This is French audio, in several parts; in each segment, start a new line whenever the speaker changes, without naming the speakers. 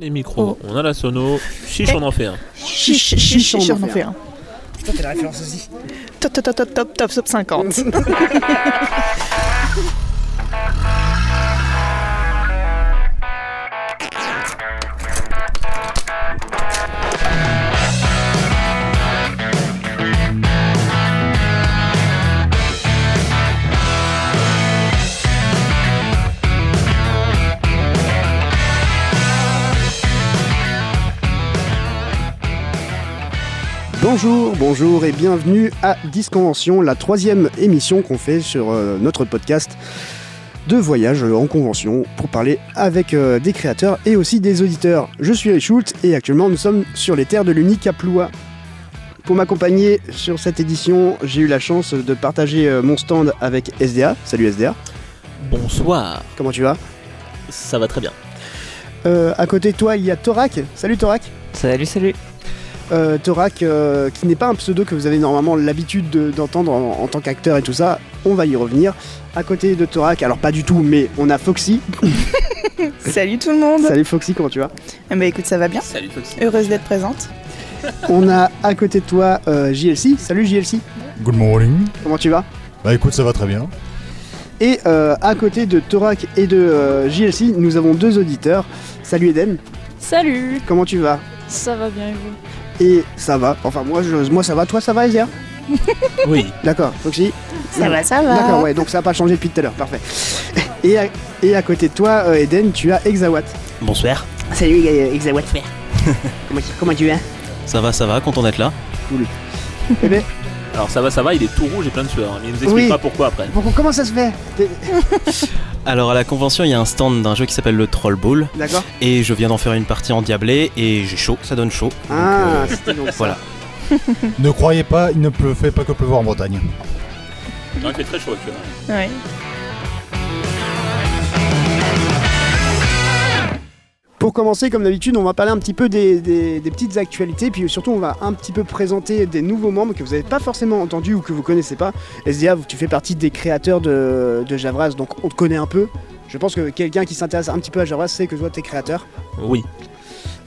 Les micros,
Oh.
on a la sono, chiche
Eh.
on en fait un.
Chiche, chiche, on en fait un.
Toi, t'as la référence aussi.
Top, top, top, top, top, top, top 50.
Bonjour, bonjour et bienvenue à Disconvention, la troisième émission qu'on fait sur euh, notre podcast de voyage euh, en convention pour parler avec euh, des créateurs et aussi des auditeurs. Je suis Ray Schultz et actuellement nous sommes sur les terres de l'unique à Ploua. Pour m'accompagner sur cette édition, j'ai eu la chance de partager euh, mon stand avec SDA. Salut SDA,
Bonsoir,
comment tu vas
ça va très bien.
Euh, À côté de toi, il y a Thorac. Salut Thorac
Salut, salut.
Euh, Thorac, euh, qui n'est pas un pseudo que vous avez normalement l'habitude de- d'entendre en, en tant qu'acteur et tout ça, on va y revenir. À côté de Thorac, alors pas du tout, mais on a Foxy.
Salut tout le monde.
Salut Foxy, comment tu vas
Eh ben écoute, ça va bien.
Salut Foxy.
Heureuse d'être présente.
On a à côté de toi euh, JLC. Salut JLC,
Good morning.
comment tu vas
Bah écoute, ça va très bien.
Et euh, à côté de Thorac et de euh, JLC, nous avons deux auditeurs. Salut Eden,
Salut
comment tu vas
Ça va bien et vous
Et ça va, enfin moi, je- moi ça va, toi ça va Ezra
Oui,
D'accord, Foxy
Ça va, ça va.
D'accord, ouais, donc ça n'a pas changé depuis tout à l'heure, parfait. Et à, et à côté de toi, euh, Eden, tu as Exawatt.
bonsoir.
Salut Exawatt comment, tu vas
Ça va, ça va, content d'être là.
Eh ben,
Alors ça va, ça va, il est tout rouge et plein de sueur, hein, mais il nous explique
Oui.
pas pourquoi après.
pourquoi- comment ça se fait T'es-
Alors à la convention, il y a un stand d'un jeu qui s'appelle le Troll Ball
D'accord
et je viens d'en faire une partie en diablé et j'ai chaud, ça donne chaud. Donc,
Ah,
euh,
c'était donc ça.
voilà.
Ne croyez pas, il ne pleut, fait pas que pleuvoir en Bretagne.
Non, il fait très chaud actuellement.
Ouais.
Pour commencer, comme d'habitude, on va parler un petit peu des, des- des petites actualités, puis surtout, on va un petit peu présenter des nouveaux membres que vous n'avez pas forcément entendus ou que vous connaissez pas. SDA, tu fais partie des créateurs de, de Javras, donc on te connaît un peu. Je pense que quelqu'un qui s'intéresse un petit peu à Javras sait que toi, t'es créateur.
Oui,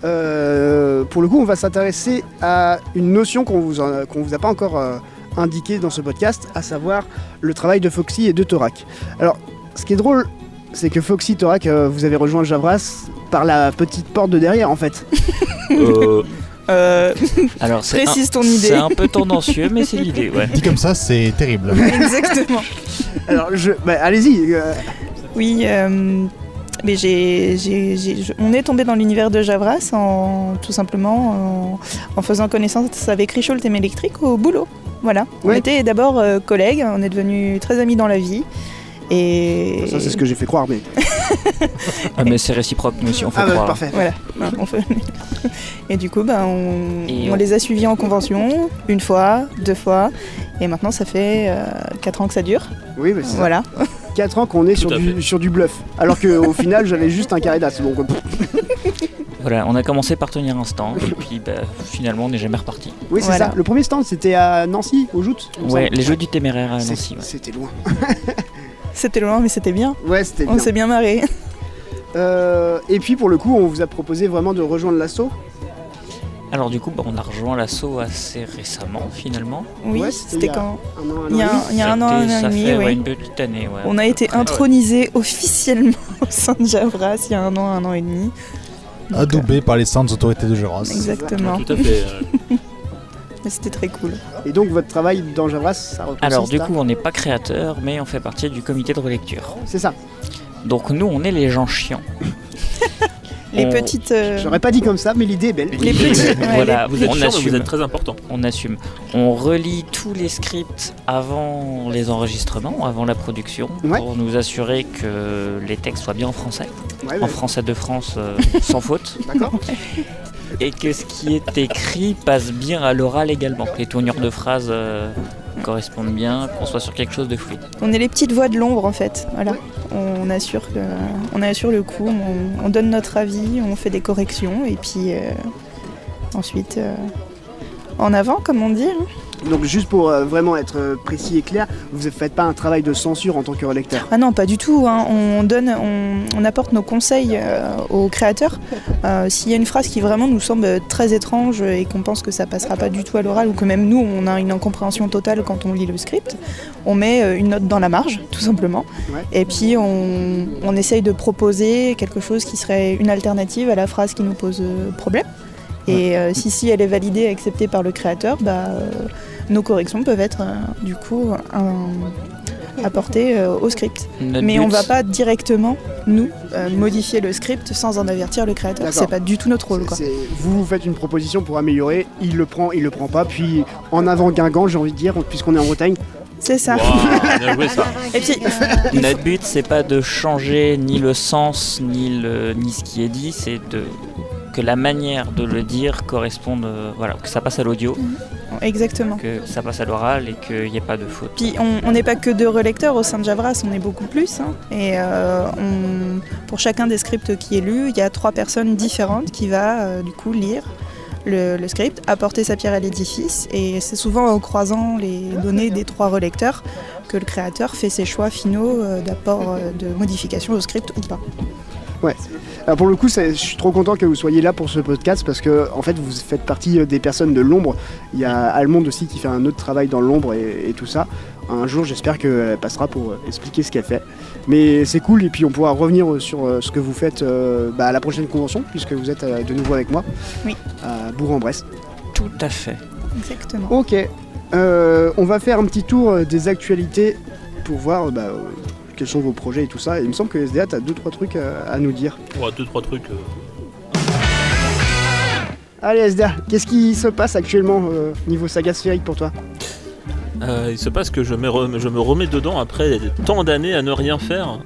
Euh, pour le coup, on va s'intéresser à une notion qu'on vous, en- qu'on vous a pas encore euh, indiquée dans ce podcast, à savoir le travail de Foxy et de Thorac. Alors, ce qui est drôle, c'est que Foxy, Thorac, euh, vous avez rejoint Javras par la petite porte de derrière, en fait.
euh,
Euh,
Alors, c'est un,
précise ton
c'est
idée.
un peu tendancieux, mais c'est l'idée, ouais.
Dit comme ça, c'est terrible.
Exactement.
Alors, je, bah, allez-y. euh,
Oui, euh, mais j'ai, j'ai- j'ai- je- on est tombé dans l'univers de Javras en tout simplement en, en faisant connaissance avec Richoult et Méléctrique au boulot. Voilà. On
Ouais.
était d'abord euh, collègues, on est devenus très amis dans la vie. Et
Ça, c'est ce que j'ai fait croire, mais.
Ah, mais c'est réciproque, nous aussi, on fait
Ah, bah,
croire.
parfait.
voilà. on fait- et du coup, ben, on,
Et
on
on-
les a suivis en convention une fois, deux fois, et maintenant ça fait 4 ans que ça dure.
Oui, mais c'est
Voilà.
4 ans qu'on est
Tout
sur
à
du, sur du bluff. Alors qu'au final, j'avais juste un carré d'as. Donc, euh, pff,
Voilà, on a commencé par tenir un stand, et puis bah, finalement, on n'est jamais reparti.
oui, c'est
Voilà.
ça. Le premier stand, c'était à Nancy, au Jout. il me
Ouais,
semble.
les jeux du téméraire à
C'est-
Nancy, ouais.
C'était loin.
C'était loin, mais c'était bien.
Ouais, c'était
On
bien.
s'est bien marré.
Euh, et puis pour le coup, on vous a proposé vraiment de rejoindre l'assaut.
Alors, du coup, bah, on a rejoint l'assaut assez récemment, finalement.
Oui,
Ouais, c'était
c'était
il y a-
quand
Un an, un an
Il y
et
a
demi.
un, il y a un an,
C'était-
un an
ça
et demi,
fait, ouais,
oui.
une petite année, ouais.
On a été intronisés officiellement au sein de Javras il y a un an, un an et demi. Donc,
Adoubé par les saintes autorités de
euh,
Géras.
Exactement.
tout à fait. euh,
Mais C'était très cool.
Et donc votre travail dans Javras, ça représente
Alors, du
ça
coup, on n'est pas créateur, mais on fait partie du comité de relecture.
C'est ça.
Donc, nous, on est les gens chiants.
Les
On-
petites. euh,
J'aurais pas dit comme ça, mais l'idée est belle.
Les petites. ouais,
Voilà,
vous êtes
on
chiant, mais
assume.
vous êtes très important.
on assume. On relit tous les scripts avant les enregistrements, avant la production,
Ouais.
pour nous assurer que les textes soient bien en français,
Ouais,
en
ouais,
français de France euh, sans faute,
D'accord.
et que ce qui est écrit passe bien à l'oral également, que les tournures de phrases euh, correspondent bien, qu'on soit sur quelque chose de fluide.
On est les petites voix de l'ombre en fait. Voilà. On assure, que- on assure le coup, on, on donne notre avis, on fait des corrections et puis euh, ensuite euh, en avant comme on dit. hein.
Donc juste pour euh, vraiment être euh, précis et clair, vous ne faites pas un travail de censure en tant que lecteur.
Ah non, pas du tout. hein. On donne, on, on apporte nos conseils euh, aux créateurs. Euh, S'il y a une phrase qui vraiment nous semble très étrange et qu'on pense que ça passera pas du tout à l'oral ou que même nous on a une incompréhension totale quand on lit le script, on met euh, une note dans la marge, tout simplement.
Ouais.
Et puis on, on essaye de proposer quelque chose qui serait une alternative à la phrase qui nous pose euh, problème. Et euh, si si elle est validée et acceptée par le créateur, bah, euh, nos corrections peuvent être euh, du coup un- apportées euh, au script.
Notre
Mais
but,
on va pas directement, nous, euh, modifier le script sans en avertir le créateur.
D'accord.
C'est pas du tout notre rôle. Quoi.
C'est- Vous vous faites une proposition pour améliorer, il le prend, il le prend pas, puis en avant Guingamp, j'ai envie de dire, puisqu'on est en Bretagne.
C'est ça.
Waouh, bien joué ça.
Et puis,
Notre but, c'est pas de changer ni le sens ni le ni ce qui est dit, c'est de que la manière de le dire corresponde, euh, voilà, que ça passe à l'audio,
exactement.
que ça passe à l'oral et qu'il n'y ait pas de faute.
Puis on on n'est pas que deux relecteurs au sein de Javras, on est beaucoup plus. hein. Et euh, on- pour chacun des scripts qui est lu, il y a trois personnes différentes qui va euh, du coup lire le, le script, apporter sa pierre à l'édifice. Et c'est souvent en croisant les données des trois relecteurs que le créateur fait ses choix finaux euh, d'apport, euh, de modification au script ou pas.
Alors pour le coup, c'est- je suis trop content que vous soyez là pour ce podcast parce que en fait, vous faites partie euh, des personnes de l'ombre. Il y a Almond aussi qui fait un autre travail dans l'ombre et, et tout ça. Un jour, j'espère qu'elle passera pour euh, expliquer ce qu'elle fait. Mais c'est cool et puis on pourra revenir euh, sur euh, ce que vous faites euh, bah, à la prochaine convention puisque vous êtes euh, de nouveau avec moi
Oui.
à Bourg-en-Bresse.
Tout à fait.
Exactement.
Ok, Euh, on va faire un petit tour euh, des actualités pour voir bah, euh, quels sont vos projets et tout ça. Et il me semble que SDA, t'as deux trois trucs euh, à nous dire.
Ouais, deux, trois trucs. euh.
Allez SDA, qu'est-ce qui se passe actuellement euh, niveau saga sphérique pour toi
Euh, il se passe que je me, rem- je me remets dedans après tant d'années à ne rien faire.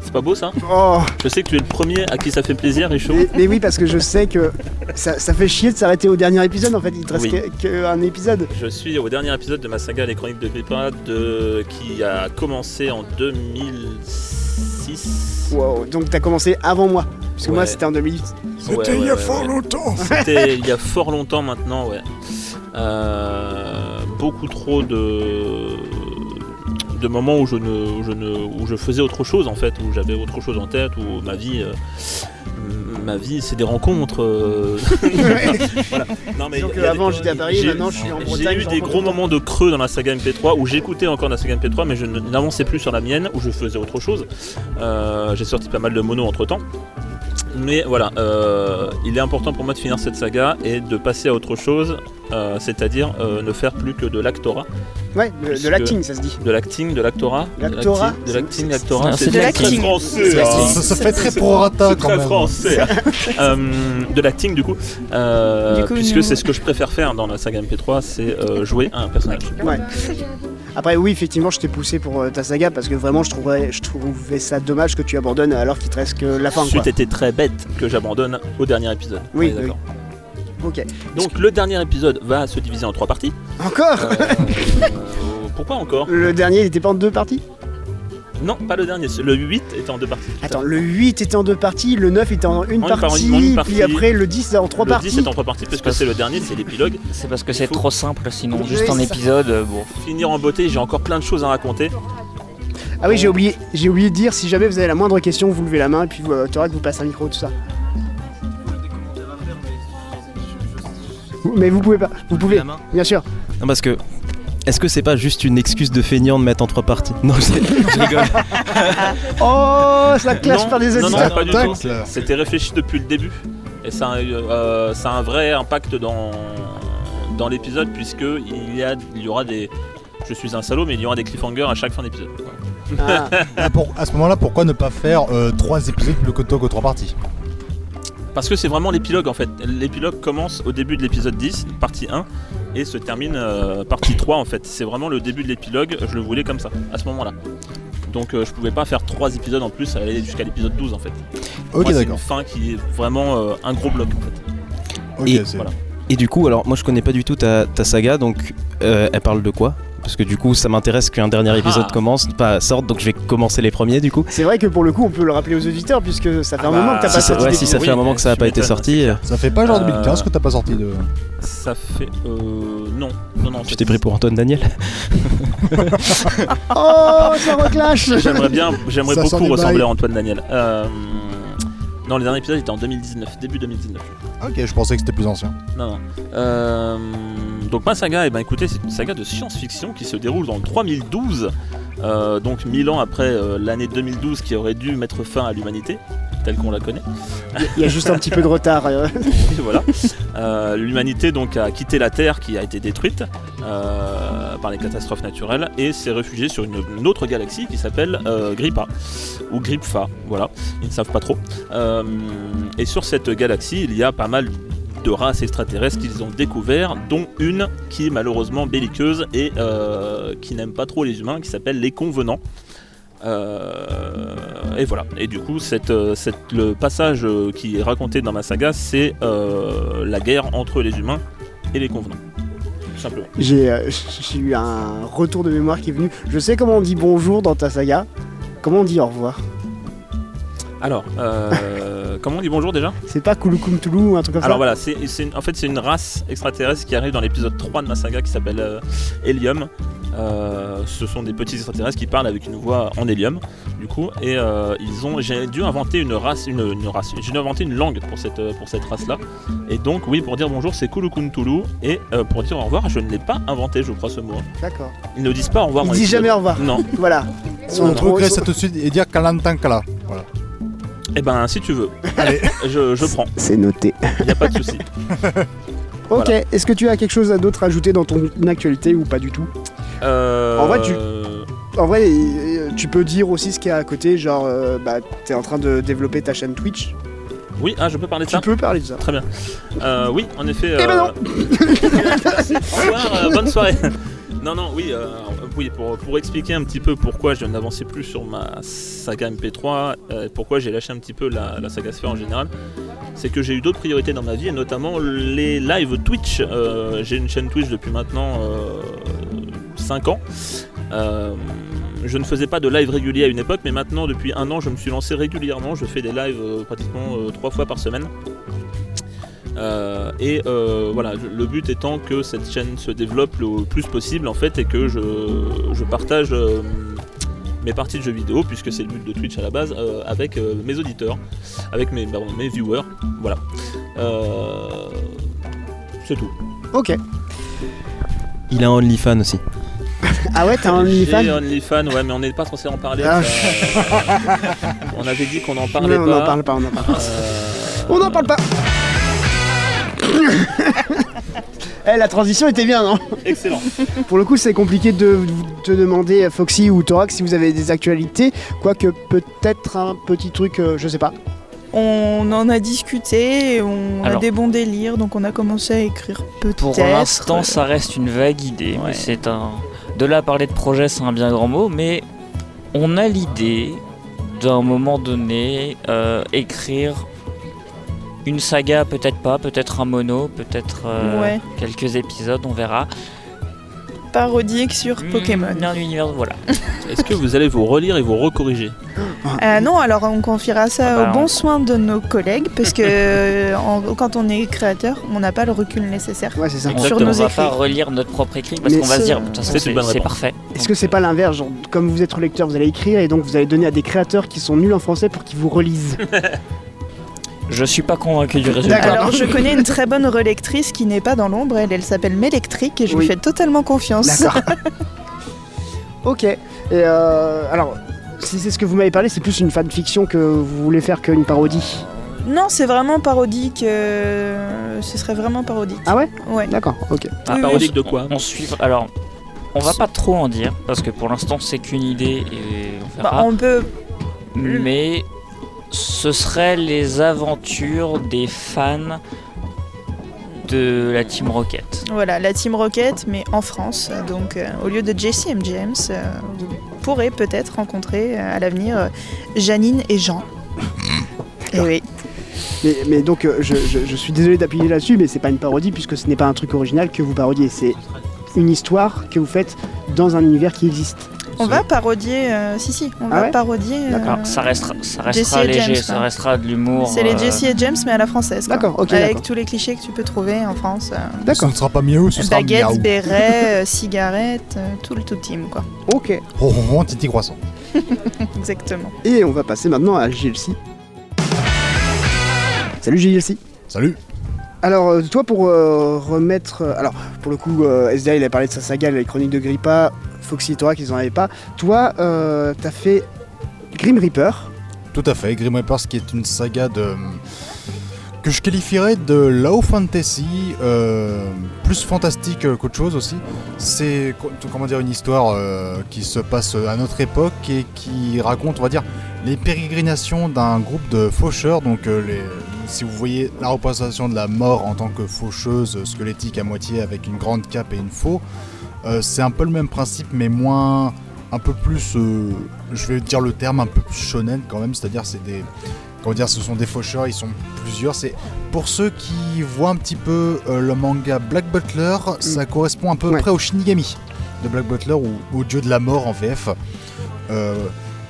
C'est pas beau ça
Oh,
Je sais que tu es le premier à qui ça fait plaisir, Richaud.
mais, mais oui, parce que je sais que ça, ça fait chier de s'arrêter au dernier épisode en fait, il te reste
Oui.
que- qu'un épisode.
Je suis au dernier épisode de ma saga Les Chroniques de Pépin de... qui a commencé en 2006.
Wow, donc t'as commencé avant moi, parce que moi
Ouais.
c'était en 2008.
C'était il y a fort longtemps C'était il y a fort longtemps maintenant, ouais. Euh, beaucoup trop de, de moments où je, ne, où je ne, où je faisais autre chose en fait, où j'avais autre chose en tête, où ma vie... euh, Ma vie, c'est des rencontres. euh. Voilà. Non, mais
Disons
il
que
y a des-
avant j'étais à Paris,
j'ai-
maintenant je suis en Bretagne.
J'ai eu
je
des
rencontre
gros
tout le temps.
moments de creux dans la saga MP3 où j'écoutais encore la saga MP3 mais je ne- n'avançais plus sur la mienne où je faisais autre chose. Euh, J'ai sorti pas mal de mono entre temps. Mais voilà, euh, il est important pour moi de finir cette saga et de passer à autre chose, euh, c'est-à-dire euh, ne faire plus que de l'actora,
Ouais, de, de l'acting ça se dit.
de l'acting, de l'actora, de
L'actora,
l'acti- de
c'est-
l'acting,
c'est-
l'actora,
c'est de
très
l'acting.
français. hein.
Ça se fait très prorata
C'est
quand
très
même.
français. hein. Euh, de l'acting du coup, Euh,
Du coup,
puisque
nous-
c'est ce que je préfère faire dans la saga MP3, c'est euh, jouer à un personnage.
Ouais. Après oui, effectivement, je t'ai poussé pour euh, ta saga parce que vraiment je trouvais, je trouvais ça dommage que tu abandonnes alors qu'il te reste que la fin. Quoi.
Suite était très bête que j'abandonne au dernier épisode.
Oui,
On est d'accord.
Ok.
Donc le dernier épisode va se diviser en trois parties.
Encore
Euh, euh, pourquoi encore
Le dernier il était pas en deux parties
Non, pas le dernier. Le 8 était en deux parties.
Attends, le 8 était en deux parties, le 9 était en
En
une,
une par-
partie,
en une
puis
partie.
après le 10 en trois
le
parties.
10 est en trois parties parce que c'est le dernier, c'est l'épilogue.
C'est parce que c'est trop simple, sinon
Oui,
juste un
ça-
épisode, euh, bon.
Finir en beauté, j'ai encore plein de choses à raconter.
Ah oui, j'ai oublié, j'ai oublié de dire, si jamais vous avez la moindre question, vous levez la main et puis euh, Thorac vous passe un micro, tout ça. Mais vous pouvez pas, vous pouvez,
main
bien sûr.
Non, parce que. Est-ce que c'est pas juste une excuse de feignant de mettre en trois parties Non, je, je rigole.
Oh, ça clash
Non,
par des
non,
auditeurs.
non. pas du
Tac,
tout.
là.
C'était réfléchi depuis le début. Et ça a, eu, euh, ça a un vrai impact dans, dans l'épisode puisque il y, a, il y aura des... Je suis un salaud mais il y aura des cliffhangers à chaque fin d'épisode.
Ah,
Ah, pour- à ce moment-là, pourquoi ne pas faire euh, trois épisodes plutôt que plutôt que trois parties
Parce que c'est vraiment l'épilogue en fait. L'épilogue commence au début de l'épisode 10, partie 1, et se termine euh, partie 3 en fait. C'est vraiment le début de l'épilogue, je le voulais comme ça, à ce moment-là. Donc euh, je pouvais pas faire trois épisodes en plus, aller jusqu'à l'épisode 12 en fait. Moi,
Ok,
c'est
d'accord.
une fin qui est vraiment euh, un gros bloc en fait.
Ok,
Et-
c'est-
voilà.
Et du coup, alors moi je connais pas du tout ta, ta saga, donc euh, elle parle de quoi parce que du coup ça m'intéresse qu'un dernier épisode
Ah.
commence, pas sorte, donc je vais commencer les premiers du coup.
C'est vrai que pour le coup, on peut le rappeler aux auditeurs puisque ça fait
Ah
un
bah,
moment que t'as
Si
pas
ça,
sorti
ouais,
des-
si ça
oui,
fait un moment que ça n'a
tu
pas été
m'étonnes, c'est
sorti,
clair.
Ça fait pas genre
Euh,
2015 que t'as pas sorti de.
Ça fait. Euh, non, non, non.
tu
ça-
t'es pris pour Antoine Daniel
Oh, ça reclash
J'aimerais bien, j'aimerais
Ça sent
beaucoup
du
ressembler
bail.
à Antoine Daniel. Euh, non, le dernier épisode était en 2019, début 2019.
Ah, Ok, je pensais que c'était plus ancien.
Non, non. Euh, donc ma saga, eh ben, écoutez, c'est une saga de science-fiction qui se déroule dans le 3012, euh, donc 1000 ans après euh, l'année 2012 qui aurait dû mettre fin à l'humanité, telle qu'on la connaît.
Il y a juste un petit peu de retard. euh.
Oui, voilà. Euh, L'humanité donc a quitté la Terre qui a été détruite euh, par les catastrophes naturelles et s'est réfugiée sur une, une autre galaxie qui s'appelle euh, Grippa ou Gripfa. Voilà, ils ne savent pas trop. Euh, et sur cette galaxie, il y a pas mal de races extraterrestres qu'ils ont découvert, dont une qui est malheureusement belliqueuse et euh, qui n'aime pas trop les humains, qui s'appelle les Convenants. Euh, et voilà. Et du coup, cette, euh, cette- le passage euh, qui est raconté dans ma saga, c'est euh, la guerre entre les humains et les convenants. Tout simplement.
J'ai euh, j'ai eu un retour de mémoire qui est venu. Je sais comment on dit bonjour dans ta saga. Comment on dit au revoir
Alors, euh, comment on dit bonjour déjà
C'est pas Kulukum Toulou ou un truc comme
Alors
ça
voilà, c'est c'est une- en fait c'est une race extraterrestre qui arrive dans l'épisode 3 de ma saga qui s'appelle euh, Helium. Euh, ce sont des petits extraterrestres qui parlent avec une voix en hélium, du coup, et euh, ils ont, j'ai dû inventer une race, une, une race, j'ai dû inventer une langue pour cette, euh, pour cette race-là. Et donc, oui, pour dire bonjour, c'est Kulukuntulu, et euh, pour dire au revoir, je ne l'ai pas inventé, je crois, ce mot.
D'accord.
Ils ne disent pas au revoir.
Il
dans
dit
l'épisode.
jamais au revoir.
Non.
Voilà. Son-
On
son-
peut créer
son-
ça tout de suite et dire Kalantankala. Voilà.
Eh ben, si tu veux.
Allez.
Je, je prends,
C'est noté.
il n'y a pas de souci.
Ok,
Voilà.
est-ce que tu as quelque chose à d'autre à ajouter dans ton actualité ou pas du tout
Euh,
En vrai, tu- En vrai, euh, tu peux dire aussi ce qu'il y a à côté, genre, euh, bah, t'es en train de développer ta chaîne Twitch.
Oui, ah, je peux parler de
Tu
ça
peux parler de ça.
Très bien. Euh, oui, en effet.
Eh ben non.
Merci. Au revoir, euh, bonne soirée. Non, non, oui, euh, oui pour, pour expliquer un petit peu pourquoi je n'avançais plus sur ma saga MP3, euh, pourquoi j'ai lâché un petit peu la, la saga Sphere en général, c'est que j'ai eu d'autres priorités dans ma vie, et notamment les lives Twitch. Euh, j'ai une chaîne Twitch depuis maintenant 5 ans. Euh, je ne faisais pas de live régulier à une époque, mais maintenant, depuis un an, je me suis lancé régulièrement. Je fais des lives euh, pratiquement 3 fois par semaine. Euh, et euh, voilà, le but étant que cette chaîne se développe le plus possible en fait et que je, je partage euh, mes parties de jeux vidéo, puisque c'est le but de Twitch à la base, euh, avec euh, mes auditeurs, avec mes, pardon, mes viewers. Voilà. Euh, c'est tout.
Ok.
Il a un OnlyFans aussi.
Ah ouais, t'as un
J'ai
OnlyFans
OnlyFans, ouais, mais on n'est pas censé en parler.
Ah,
ça- on avait dit qu'on en parlait
Non, on
pas.
n'en parle pas, on n'en parle pas.
Euh,
On n'en parle pas Eh, la transition était bien, non
Excellent.
Pour le coup, c'est compliqué de te demander, euh, Foxy ou Thorax, si vous avez des actualités. Quoique, peut-être un petit truc, euh, je sais pas.
On en a discuté, et on
Alors.
a des bons délires, donc on a commencé à écrire peut-être.
Pour l'instant, ça reste une vague idée. mais
Ouais.
C'est un. De là à parler de projet, c'est un bien grand mot, mais on a l'idée d'un moment donné euh, écrire une saga, peut-être pas, peut-être un mono, peut-être euh,
Ouais.
quelques épisodes, on verra.
Parodique sur Mm.
Hmm,
Pokémon.
Un univers, voilà.
Est-ce que vous allez vous relire et vous recorriger
Euh, non, alors on confiera ça
Ah bah,
au bon
on-
soin de nos collègues, parce que euh, en- quand on est créateur, on n'a pas le recul nécessaire.
Ouais, c'est ça.
On
Sur
ne
nos
va
écrits.
pas relire notre propre écrit parce
Mais
qu'on va se
c'est-
dire, de toute façon,
C'est une
c'est
bonne
c'est
réponse.
parfait.
Est-ce que c'est pas l'inverse Genre, comme vous êtes lecteur, vous allez écrire et donc vous allez donner à des créateurs qui sont nuls en français pour qu'ils vous relisent.
Je suis pas convaincu du résultat.
D'accord.
Alors je connais une très bonne relectrice qui n'est pas dans l'ombre, elle, elle s'appelle Mélectrique et je
Oui.
lui fais totalement confiance.
D'accord. ok. Et euh, alors, si c'est ce que vous m'avez parlé, c'est plus une fanfiction que vous voulez faire qu'une parodie.
Non, c'est vraiment parodique. euh, ce serait vraiment parodique.
Ah ouais
Ouais.
D'accord, ok.
Ah,
Oui,
Parodique
oui.
de quoi
On suit. Alors, on va pas trop en dire parce que pour l'instant, c'est qu'une idée et on
Bah,
verra.
on peut.
mais ce serait les aventures des fans de la Team Rocket.
Voilà, la Team Rocket, mais en France. Donc, euh, au lieu de Jesse et James, euh, vous pourrez peut-être rencontrer euh, à l'avenir euh, Janine et Jean. Et oui.
Mais, mais donc, euh, je, je- je suis désolé d'appuyer là-dessus, mais c'est pas une parodie puisque ce n'est pas un truc original que vous parodiez. C'est une histoire que vous faites dans un univers qui existe.
On va parodier, euh, si si, on
Ah
va
ouais
parodier. euh,
Alors, ça restera, ça
Jesse
restera
et
léger,
James,
ça
quoi.
restera de l'humour.
C'est les
euh,
Jesse et James mais à la française. quoi.
D'accord, ok,
Avec
d'accord.
tous les clichés que tu peux trouver en France. euh,
Ce
D'accord.
ne sera pas miaou, ce sera miaou.
Baguettes, bérets, euh, cigarettes, euh, tout le tout team quoi.
Ok.
Oh, oh, oh, titi croissant.
Exactement.
Et on va passer maintenant à GLC. Salut GLC.
Salut.
Alors, euh, toi, pour euh, remettre. euh, alors, pour le coup, euh, SDA, il a parlé de sa saga, les chroniques de Grippa, Foxy et Thorax, ils en avaient pas. Toi, euh, t'as fait Grim Reaper.
Tout à fait, Grim Reapers qui est une saga de que je qualifierais de low fantasy, euh, plus fantastique qu'autre chose aussi. C'est co- comment dire une histoire euh, qui se passe à notre époque et qui raconte, on va dire, les pérégrinations d'un groupe de faucheurs. Donc, euh, les, si vous voyez la représentation de la mort en tant que faucheuse squelettique à moitié avec une grande cape et une faux, euh, c'est un peu le même principe, mais moins, un peu plus, euh, je vais dire le terme un peu plus shonen quand même. C'est-à-dire, c'est des Comment dire, ce sont des faucheurs, ils sont plusieurs. C'est pour ceux qui voient un petit peu euh, le manga Black Butler, ça correspond à peu
Ouais.
près au Shinigami de Black Butler ou au dieu de la mort en VF. Euh,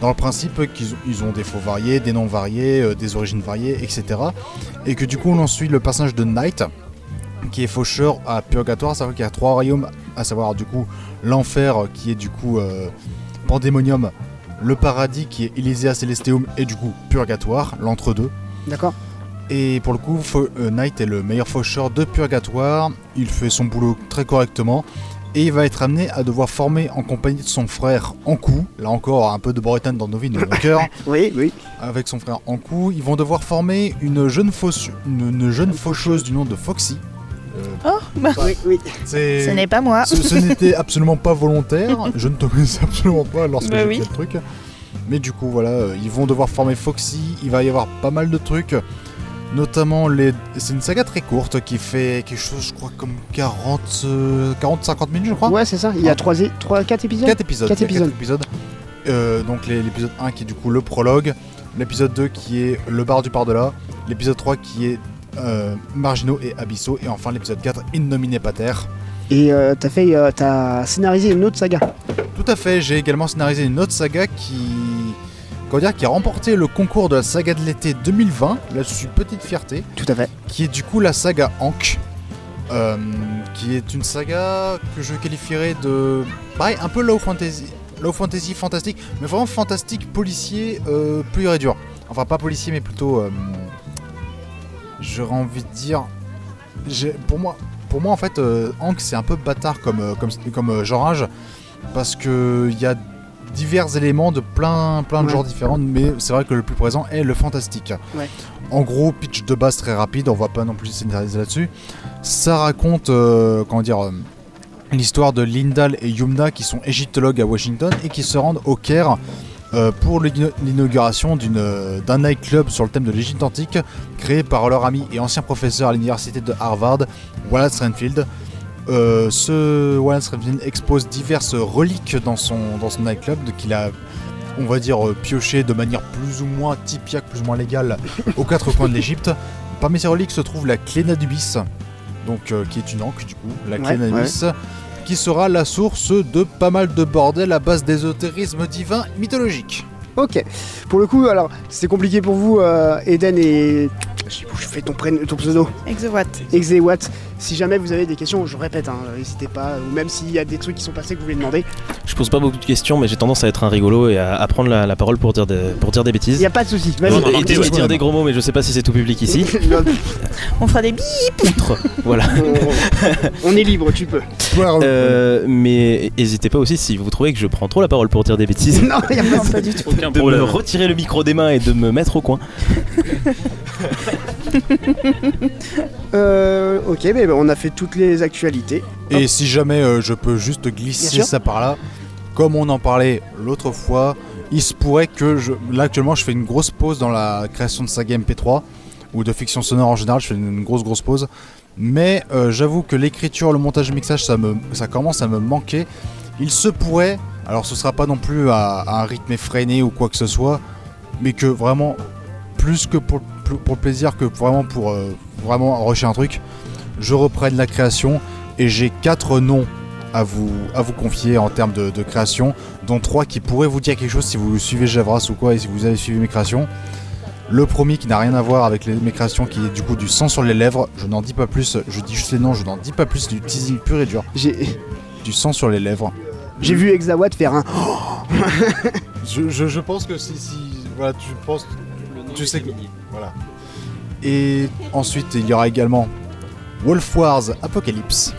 dans le principe qu'ils ils ont des faux variés, des noms variés, euh, des origines variées, etc. Et que du coup, on en suit le personnage de Knight, qui est faucheur à Purgatoire, ça veut qu'il y a trois royaumes, à savoir du coup l'enfer euh, qui est du coup euh, Pandémonium, le paradis qui est Elysia Celestium et du coup Purgatoire, l'entre-deux.
D'accord
Et pour le coup, Fo- euh, Knight est le meilleur faucheur de Purgatoire, il fait son boulot très correctement et il va être amené à devoir former en compagnie de son frère Ankou, là encore un peu de Bretagne dans nos vies, nos cœurs,
Oui, oui.
avec son frère Ankou, ils vont devoir former une jeune, fausse- une, une jeune faucheuse du nom de Foxy.
Oh, bah,
Oui, oui.
C'est-
ce n'est pas
Ah.
moi.
ce, ce n'était absolument pas volontaire. Je ne te connaissais absolument pas lorsque
Bah
j'ai
oui.
fait le truc. Mais du coup, voilà, euh, ils vont devoir former Foxy. Il va y avoir pas mal de trucs. Notamment, les... c'est une saga très courte qui fait quelque chose, je crois, comme 40, euh, 40-50 minutes, je crois.
Ouais, c'est ça. Il y a 3, 4 épisodes
4 épisodes.
Quatre
il y a quatre
épisodes.
épisodes. Euh, donc les- l'épisode 1 qui est du coup le prologue, l'épisode 2 qui est le bar du par-delà, l'épisode 3 qui est euh, marginaux et abyssaux, et enfin l'épisode 4, in nomine pater.
Et euh, t'as fait. euh, t'as scénarisé une autre saga.
Tout à fait, j'ai également scénarisé une autre saga qui. Comment dire, qui a remporté le concours de la saga de l'été 2020, là-dessus petite fierté,
Tout à fait.
qui est du coup la saga Ankh, euh, qui est une saga que je qualifierais de. pareil, un peu low fantasy, low fantasy fantastique, mais vraiment fantastique policier euh, pur et dur. Enfin, pas policier, mais plutôt. euh, J'aurais envie de dire. j'ai- Pour moi, pour moi, en fait, euh, Ankh, c'est un peu bâtard comme, euh, comme, comme euh, genrage, parce que il y a divers éléments de plein, plein de
Ouais.
genres différents, mais c'est vrai que le plus présent est le fantastique.
Ouais.
En gros, pitch de base très rapide, on va pas non plus scénariser là-dessus. Ça raconte, euh, comment dire, euh, l'histoire de Lindal et Yumna qui sont égyptologues à Washington et qui se rendent au Caire euh, pour l'ino- l'inauguration d'une, euh, d'un nightclub sur le thème de l'Égypte antique créé par leur ami et ancien professeur à l'université de Harvard, Wallace Renfield. Euh, ce Wallace Renfield expose diverses reliques dans son, dans son nightclub de- qu'il a, on va dire, euh, pioché de manière plus ou moins typiaque, plus ou moins légale aux quatre coins de l'Égypte. Parmi ces reliques se trouve la clé Nadubis, donc, euh, qui est une anque du coup, la clé
Ouais,
Nadubis, qui sera la source de pas mal de bordel à base d'ésotérisme divin mythologique.
Ok. Pour le coup, alors, c'est compliqué pour vous, euh, Eden et. Je sais plus où je fais ton, prénom, ton pseudo.
Exewatt.
Exewatt. Si jamais vous avez des questions, je répète, hein, n'hésitez pas. Ou même s'il y a des trucs qui sont passés que vous voulez demander,
Je pose pas beaucoup de questions, mais j'ai tendance à être un rigolo et à, à prendre la, la parole pour dire des, pour dire des
il
bêtises.
n'y a pas de souci.
Et,
Vas-y.
Non, non,
et
non, ouais.
dire des gros mots, mais je sais pas si c'est tout public ici.
On fera des bips.
Poutre, voilà.
on, on est libre, tu peux.
Euh, mais n'hésitez pas aussi si vous trouvez que je prends trop la parole pour dire des bêtises.
Non, il n'y a pas
Non,
de
pas du tout.
Aucun
de me
problème.
retirer le micro des mains et de me mettre au coin.
Euh, ok, mais bah, on a fait toutes les actualités.
Et si jamais euh, je peux juste
Bien
glisser
sûr.
ça par là, comme on en parlait l'autre fois, il se pourrait que je. Là actuellement, je fais une grosse pause dans la création de saga MP3 ou de fiction sonore en général. Je fais une grosse grosse pause. Mais euh, j'avoue que l'écriture, le montage, le mixage, ça me, ça commence à me manquer. Il se pourrait. Alors, ce sera pas non plus à, à un rythme effréné ou quoi que ce soit, mais que vraiment plus que pour, pour- pour le plaisir que vraiment pour euh, vraiment rusher un truc, je reprenne la création et j'ai quatre noms à vous, à vous confier en termes de, de création, dont trois qui pourraient vous dire quelque chose si vous suivez Javras ou quoi, et si vous avez suivi mes créations. Le premier qui n'a rien à voir avec les, mes créations, qui est du coup du sang sur les lèvres, je n'en dis pas plus, je dis juste les noms, je n'en dis pas plus, du teasing pur et dur,
J'ai
du sang sur les lèvres.
j'ai vu Exawat faire un.
Je, je- je pense que si, si voilà, tu penses, tu sais que voilà. Et ensuite, il y aura également Wolf Wars Apocalypse.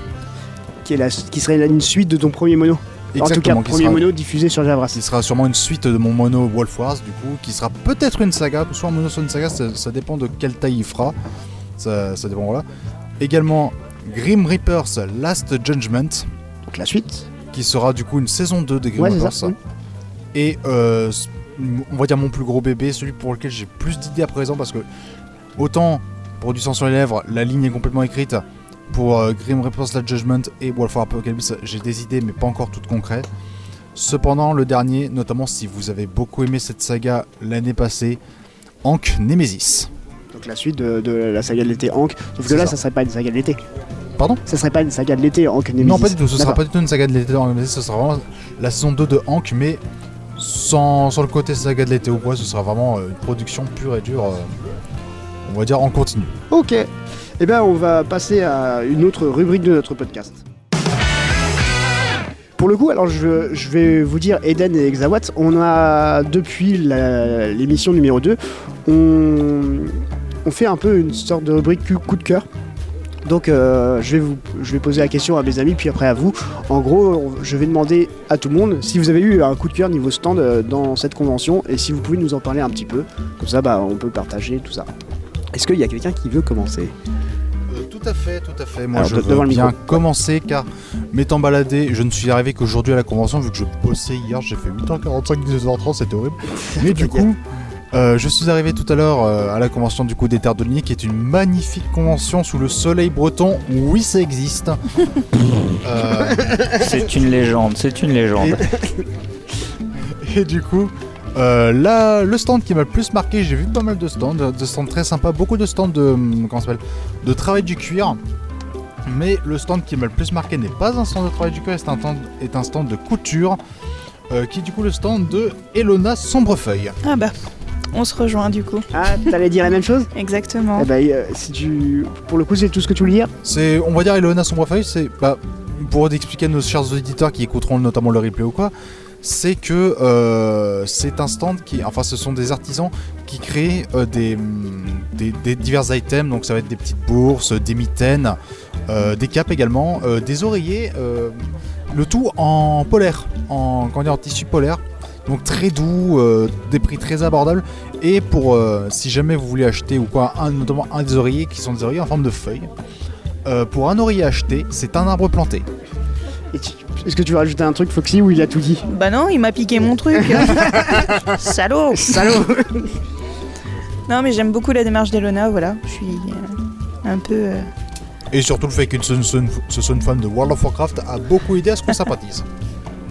Qui, est la- qui serait la- une suite de ton premier mono. en
Exactement,
tout
qui
cas, premier
sera-
mono diffusé sur Javras.
qui sera sûrement une suite de mon mono Wolf Wars, du coup, qui sera peut-être une saga, soit un mono, soit une saga, ça, ça dépend de quelle taille il fera. Ça, ça dépend, voilà. Également, Grim Reaper's Last Judgment,
Donc la suite.
qui sera du coup une saison 2 des Grim
Ouais, c'est
Reapers.
ça. oui.
Et euh, s- on va dire mon plus gros bébé, celui pour lequel j'ai plus d'idées à présent, parce que autant pour du sang sur les lèvres, la ligne est complètement écrite. Pour euh, Grim Reaper's Last Judgment et Wolf War Apocalypse, j'ai des idées, mais pas encore toutes concrètes. Cependant, le dernier, notamment si vous avez beaucoup aimé cette saga l'année passée, Ankh Nemesis.
Donc la suite de, de la saga de l'été Hank. Sauf que
C'est
là,
ça.
ça. serait pas une saga de l'été.
Pardon
Ça serait pas une saga de l'été Hank Nemesis.
Non, pas du tout, ce sera
D'accord.
pas du tout une saga de l'été dans Ankh Nemesis, ce sera vraiment la saison 2 de Ankh, mais sans, sans le côté saga de l'été ou quoi, ce sera vraiment euh, une production pure et dure, euh, on va dire en continu.
Ok. Eh bien, on va passer à une autre rubrique de notre podcast. Pour le coup, alors je, je vais vous dire, Eden et Exawatt, on a, depuis la- l'émission numéro 2, on, on fait un peu une sorte de rubrique cu- coup de cœur. Donc euh, je, vais vous, je vais poser la question à mes amis, puis après à vous. En gros, on- je vais demander à tout le monde si vous avez eu un coup de cœur niveau stand euh, dans cette convention, et si vous pouvez nous en parler un petit peu. Comme ça, bah, on peut partager tout ça. Est-ce qu'il y a quelqu'un qui veut commencer
Euh, tout à fait, tout à fait. Moi,
Alors,
je
de-
veux
devant le
bien
micro.
commencer car m'étant baladé, je ne suis arrivé qu'aujourd'hui à la convention vu que je bossais hier. J'ai fait 8h45, 19h30, c'était horrible. Mais du coup, euh, je suis arrivé tout à l'heure euh, à la convention du coup des Terres de Ligny, qui est une magnifique convention sous le soleil breton. Oui, ça existe. Euh,
C'est une légende, c'est une légende.
Et du coup, euh, là, le stand qui m'a le plus marqué, j'ai vu pas mal de stands, de stands très sympas, beaucoup de stands de, hum, comment ça s'appelle, de travail du cuir. Mais le stand qui m'a le plus marqué n'est pas un stand de travail du cuir, c'est un, stand- est un stand de couture, euh, qui est du coup le stand de Elona Sombrefeuille.
Ah bah, on se rejoint du coup.
Ah, t'allais dire la même chose
Exactement.
Eh ben, euh, si tu... Pour le coup, c'est tout ce que tu voulais dire
C'est, on va dire, Elona Sombrefeuille, c'est, bah, pour expliquer à nos chers auditeurs qui écouteront notamment le replay ou quoi, c'est que euh, c'est un stand qui, enfin, ce sont des artisans qui créent euh, des, hum, des, des divers items, donc ça va être des petites bourses, des mitaines, euh, des capes également, euh, des oreillers, euh, le tout en polaire, en, comment dire, en tissu polaire. Donc très doux, euh, des prix très abordables. Et pour euh, si jamais vous voulez acheter ou quoi, un, notamment un des oreillers qui sont des oreillers en forme de feuilles. Euh, pour un oreiller acheté, c'est un arbre planté.
Et tu- Est-ce que tu veux rajouter un truc, Foxy, où il a tout dit
Bah non, il m'a piqué mon truc. Salaud.
Salaud
Non mais j'aime beaucoup la démarche d'Elona, voilà. Je suis euh, un peu... euh,
Et surtout le fait qu'une ce ce- ce soit une fan de World of Warcraft a beaucoup aidé à ce qu'on sympathise.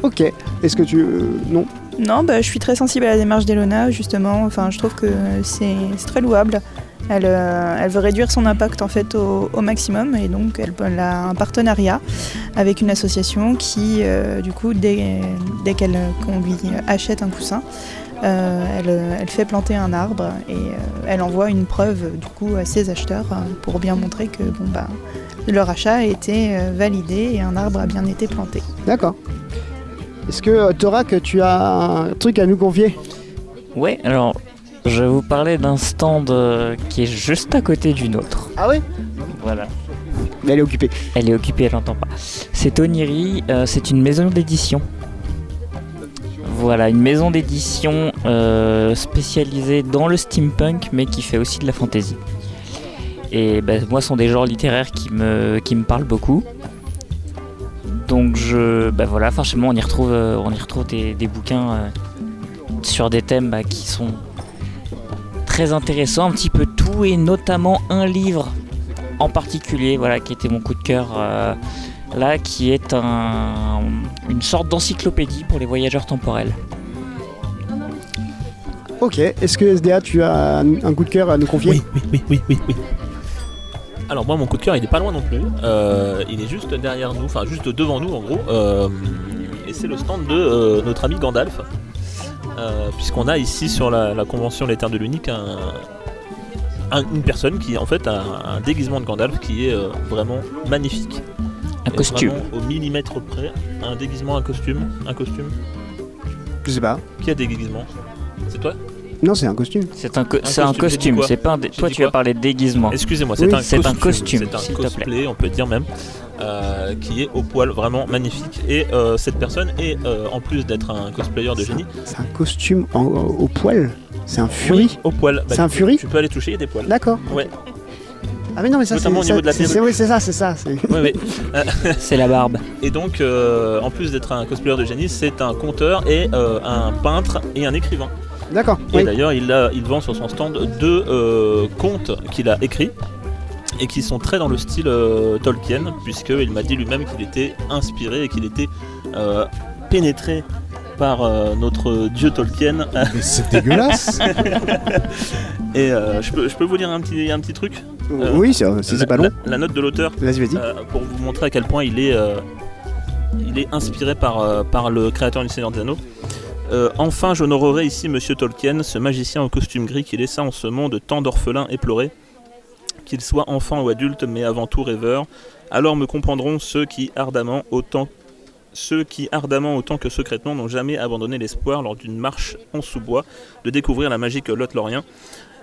Ok. Est-ce que tu... euh, non
Non, bah, je suis très sensible à la démarche d'Elona, justement. Enfin, je trouve que c'est c'est très louable. Elle, euh, elle veut réduire son impact en fait au, au maximum et donc elle, elle a un partenariat avec une association qui, euh, du coup, dès, dès qu'elle qu'on lui achète un coussin, euh, elle, euh, elle fait planter un arbre et euh, elle envoie une preuve du coup à ses acheteurs euh, pour bien montrer que bon bah leur achat a été euh, validé et un arbre a bien été planté.
D'accord. Est-ce que, euh, Thorac, tu as un truc à nous confier
Ouais, alors je vais vous parler d'un stand euh, qui est juste à côté d'une autre.
Ah ouais
Voilà.
Mais elle est occupée.
Elle est occupée, elle n'entend pas. C'est Oniri, euh, c'est une maison d'édition. Voilà, une maison d'édition euh, spécialisée dans le steampunk, mais qui fait aussi de la fantasy. Et ben, moi, ce sont des genres littéraires qui me, qui me parlent beaucoup. Donc, je, ben voilà, forcément, on y retrouve, euh, on y retrouve des, des bouquins euh, sur des thèmes bah, qui sont très intéressants, un petit peu tout, et notamment un livre en particulier, voilà, qui était mon coup de cœur euh, là, qui est un- une sorte d'encyclopédie pour les voyageurs temporels.
Ok. Est-ce que, SDA, tu as un un coup de cœur à nous confier
Oui, oui, oui, oui, oui, oui.
Alors moi mon coup de cœur il est pas loin non plus. Euh, il est juste derrière nous, enfin juste devant nous en gros. Euh, et c'est le stand de euh, notre ami Gandalf. Euh, Puisqu'on a ici sur la, la convention Les Terres de l'Unique un- un- une personne qui en fait a un déguisement de Gandalf qui est euh, vraiment magnifique.
Un
Et
costume.
vraiment au millimètre près, un déguisement, un costume, un costume.
Je sais pas.
Qui a des déguisements C'est toi
Non, c'est un costume.
C'est un, co-
Un
c'est un
costume, j'ai dit
costume,
quoi
c'est pas un dé-
J'ai
Toi,
dit
tu as
quoi
parlé de déguisement.
Excusez-moi,
Oui,
c'est un,
c'est un costume,
c'est un
s'il te plaît.
cosplay, on peut dire même, euh, qui est au poil vraiment magnifique. Et euh, cette personne est, euh, en plus d'être un cosplayer de
C'est un-
génie,
C'est un costume en- au poil. C'est un
oui,
furie.
au poil. Bah,
C'est un
tu-
furie
Tu peux aller toucher, il y a des poils.
D'accord.
Ouais.
Ah mais non, mais ça c'est
Notamment au
ça,
niveau de la
c'est- c'est- oui, c'est ça, c'est ça. c'est-
Ouais, ouais.
C'est la barbe.
Et donc, euh, en plus d'être un cosplayer de génie, c'est un conteur et euh, un peintre et un écrivain.
D'accord.
Et
Oui.
d'ailleurs, il, a- il vend sur son stand deux euh, contes qu'il a écrits et qui sont très dans le style euh, Tolkien, puisqu'il m'a dit lui-même qu'il était inspiré et qu'il était euh, pénétré par euh, notre dieu Tolkien. Ah,
Mais c'est dégueulasse
Et euh, je, peux, je peux vous lire un petit, un petit truc Euh,
Oui, c'est- si
La-
c'est pas long.
la- la note de l'auteur
Vas-y, vas-y.
Euh, pour vous montrer à quel point il est, euh, il est inspiré par, euh, par le créateur du Seigneur des Anneaux. Euh, enfin, j'honorerai ici Monsieur Tolkien, ce magicien au costume gris qui laissa en ce monde tant d'orphelins éplorés. Qu'il soit enfant ou adulte, mais avant tout rêveur, alors me comprendront ceux qui ardemment autant ceux qui ardemment autant que secrètement n'ont jamais abandonné l'espoir lors d'une marche en sous-bois de découvrir la magie que l'Otlorien,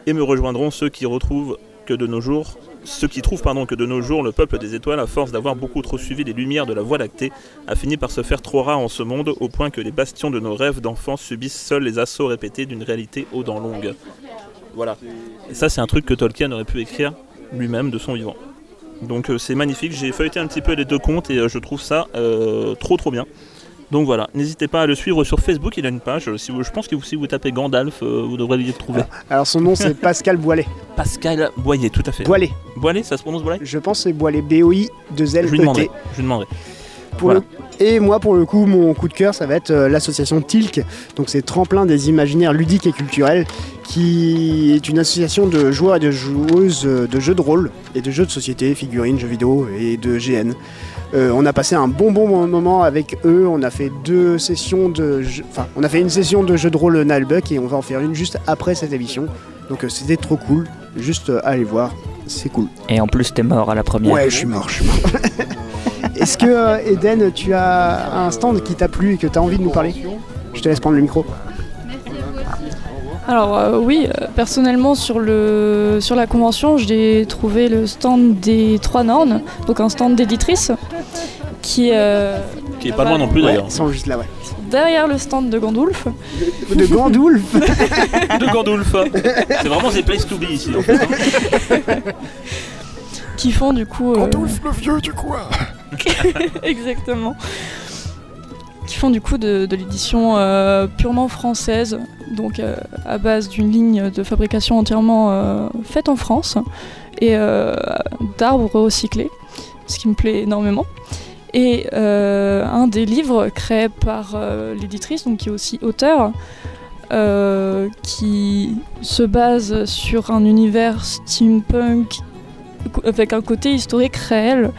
et me rejoindront ceux qui retrouvent que de nos jours ceux qui trouvent pardon, que de nos jours, le peuple des étoiles, à force d'avoir beaucoup trop suivi les lumières de la Voie lactée, a fini par se faire trop rare en ce monde, au point que les bastions de nos rêves d'enfants subissent seuls les assauts répétés d'une réalité aux dents longues. Voilà. Et ça, c'est un truc que Tolkien aurait pu écrire lui-même de son vivant. Donc euh, c'est magnifique, j'ai feuilleté un petit peu les deux comptes et euh, je trouve ça euh, trop trop bien. Donc voilà, n'hésitez pas à le suivre sur Facebook, il a une page. Si vous- je pense que vous- si vous tapez Gandalf, euh, vous devrez le trouver.
Alors son nom c'est Pascal Boilet.
Pascal Boyer, tout à fait.
Boilet.
Boilet, ça se prononce Boilet
Je pense que c'est Boilet. B O I 2
Je
L
lui
E T.
demanderai. Je lui demanderai.
Pour
Voilà.
le- Et moi, pour le coup, mon coup de cœur, ça va être euh, l'association TILC. Donc, c'est Tremplin des imaginaires ludiques et culturels, qui est une association de joueurs et de joueuses euh, de jeux de rôle et de jeux de société, figurines, jeux vidéo et de GN. Euh, on a passé un bon bon moment avec eux. On a fait deux sessions de, jeux- enfin, on a fait une session de jeux de rôle Nalbuck et on va en faire une juste après cette émission. Donc, euh, c'était trop cool. Juste euh, allez voir, c'est cool.
Et en plus, t'es mort à la première.
Ouais, je suis mort, je suis mort. Est-ce que euh, Eden, tu as un stand qui t'a plu et que tu as envie de nous parler Je te laisse prendre le micro.
Alors euh, oui, euh, personnellement sur, le, sur la convention, j'ai trouvé le stand des trois nornes, donc un stand d'éditrice, qui est euh,
Qui est pas loin non plus
Ouais,
d'ailleurs.
ils sont juste là, ouais.
derrière le stand de Gandulf.
De Gandulf
De Gandolf. C'est vraiment des places to be ici. en fait, hein.
qui font du coup. euh,
Gandalf, le vieux du hein. coin
Exactement. Qui font du coup de, de l'édition euh, purement française, donc euh, à base d'une ligne de fabrication entièrement euh, faite en France et euh, d'arbres recyclés, ce qui me plaît énormément. Et euh, un des livres créés par euh, l'éditrice, donc qui est aussi auteur, euh, qui se base sur un univers steampunk co- avec un côté historique réel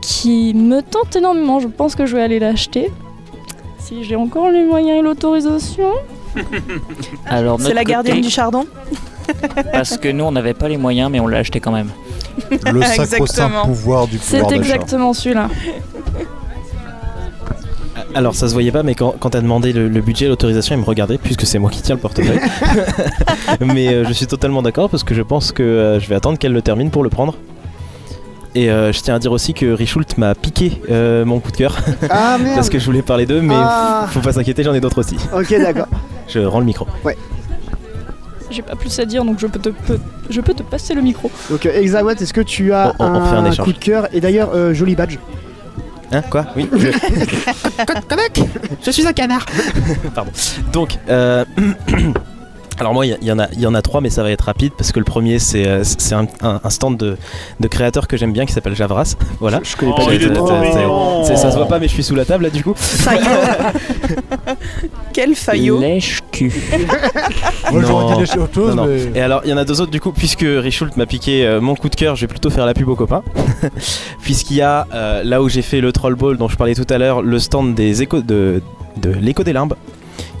qui me tente énormément. Je pense que je vais aller l'acheter. Si j'ai encore les moyens et l'autorisation.
Alors,
C'est
notre
la gardienne
côté,
du chardon
Parce que nous, on n'avait pas les moyens, mais on l'a acheté quand même.
Le sacro-saint
Exactement.
pouvoir du
C'est
pouvoir d'achat.
exactement celui-là.
Alors ça se voyait pas, mais quand, quand t'as demandé le, le budget, l'autorisation, il me regardait, puisque c'est moi qui tiens le portefeuille. mais euh, je suis totalement d'accord, parce que je pense que euh, je vais attendre qu'elle le termine pour le prendre. Et euh, je tiens à dire aussi que Richoult m'a piqué euh, mon coup de cœur,
Ah merde
parce que je voulais parler d'eux, mais
Ah,
faut pas s'inquiéter, j'en ai d'autres aussi.
ok, d'accord.
Je rends le micro.
J'ai pas plus à dire donc je peux te, peux- je peux te passer le micro.
Donc, euh, Hexawatt, est-ce que tu as
On- on- on fait un
un,
échange.
coup de cœur Et d'ailleurs, euh, joli badge.
Hein Quoi Oui je... Je suis un canard Pardon. Donc, euh, Alors moi, il y- il y, en a- il y en a trois, mais ça va être rapide parce que le premier, c'est euh, c'est un, un- un stand de, de créateur que j'aime bien qui s'appelle Javras. Voilà.
Je connais
Oh,
pas
il
du
est
tout.
trop
c'est-
mignon.
C'est- Ça se voit pas, mais je suis sous la table là du coup.
Quel faillot
Lèche-cul.
Moi,
Non.
j'aurais dit les choses,
Non, non.
mais.
Et alors, il y en a deux autres du coup, puisque Richult m'a piqué euh, mon coup de cœur, je vais plutôt faire la pub aux copains. Puisqu'il y a euh, là où j'ai fait le troll ball dont je parlais tout à l'heure, le stand des échos de, de l'écho des limbes,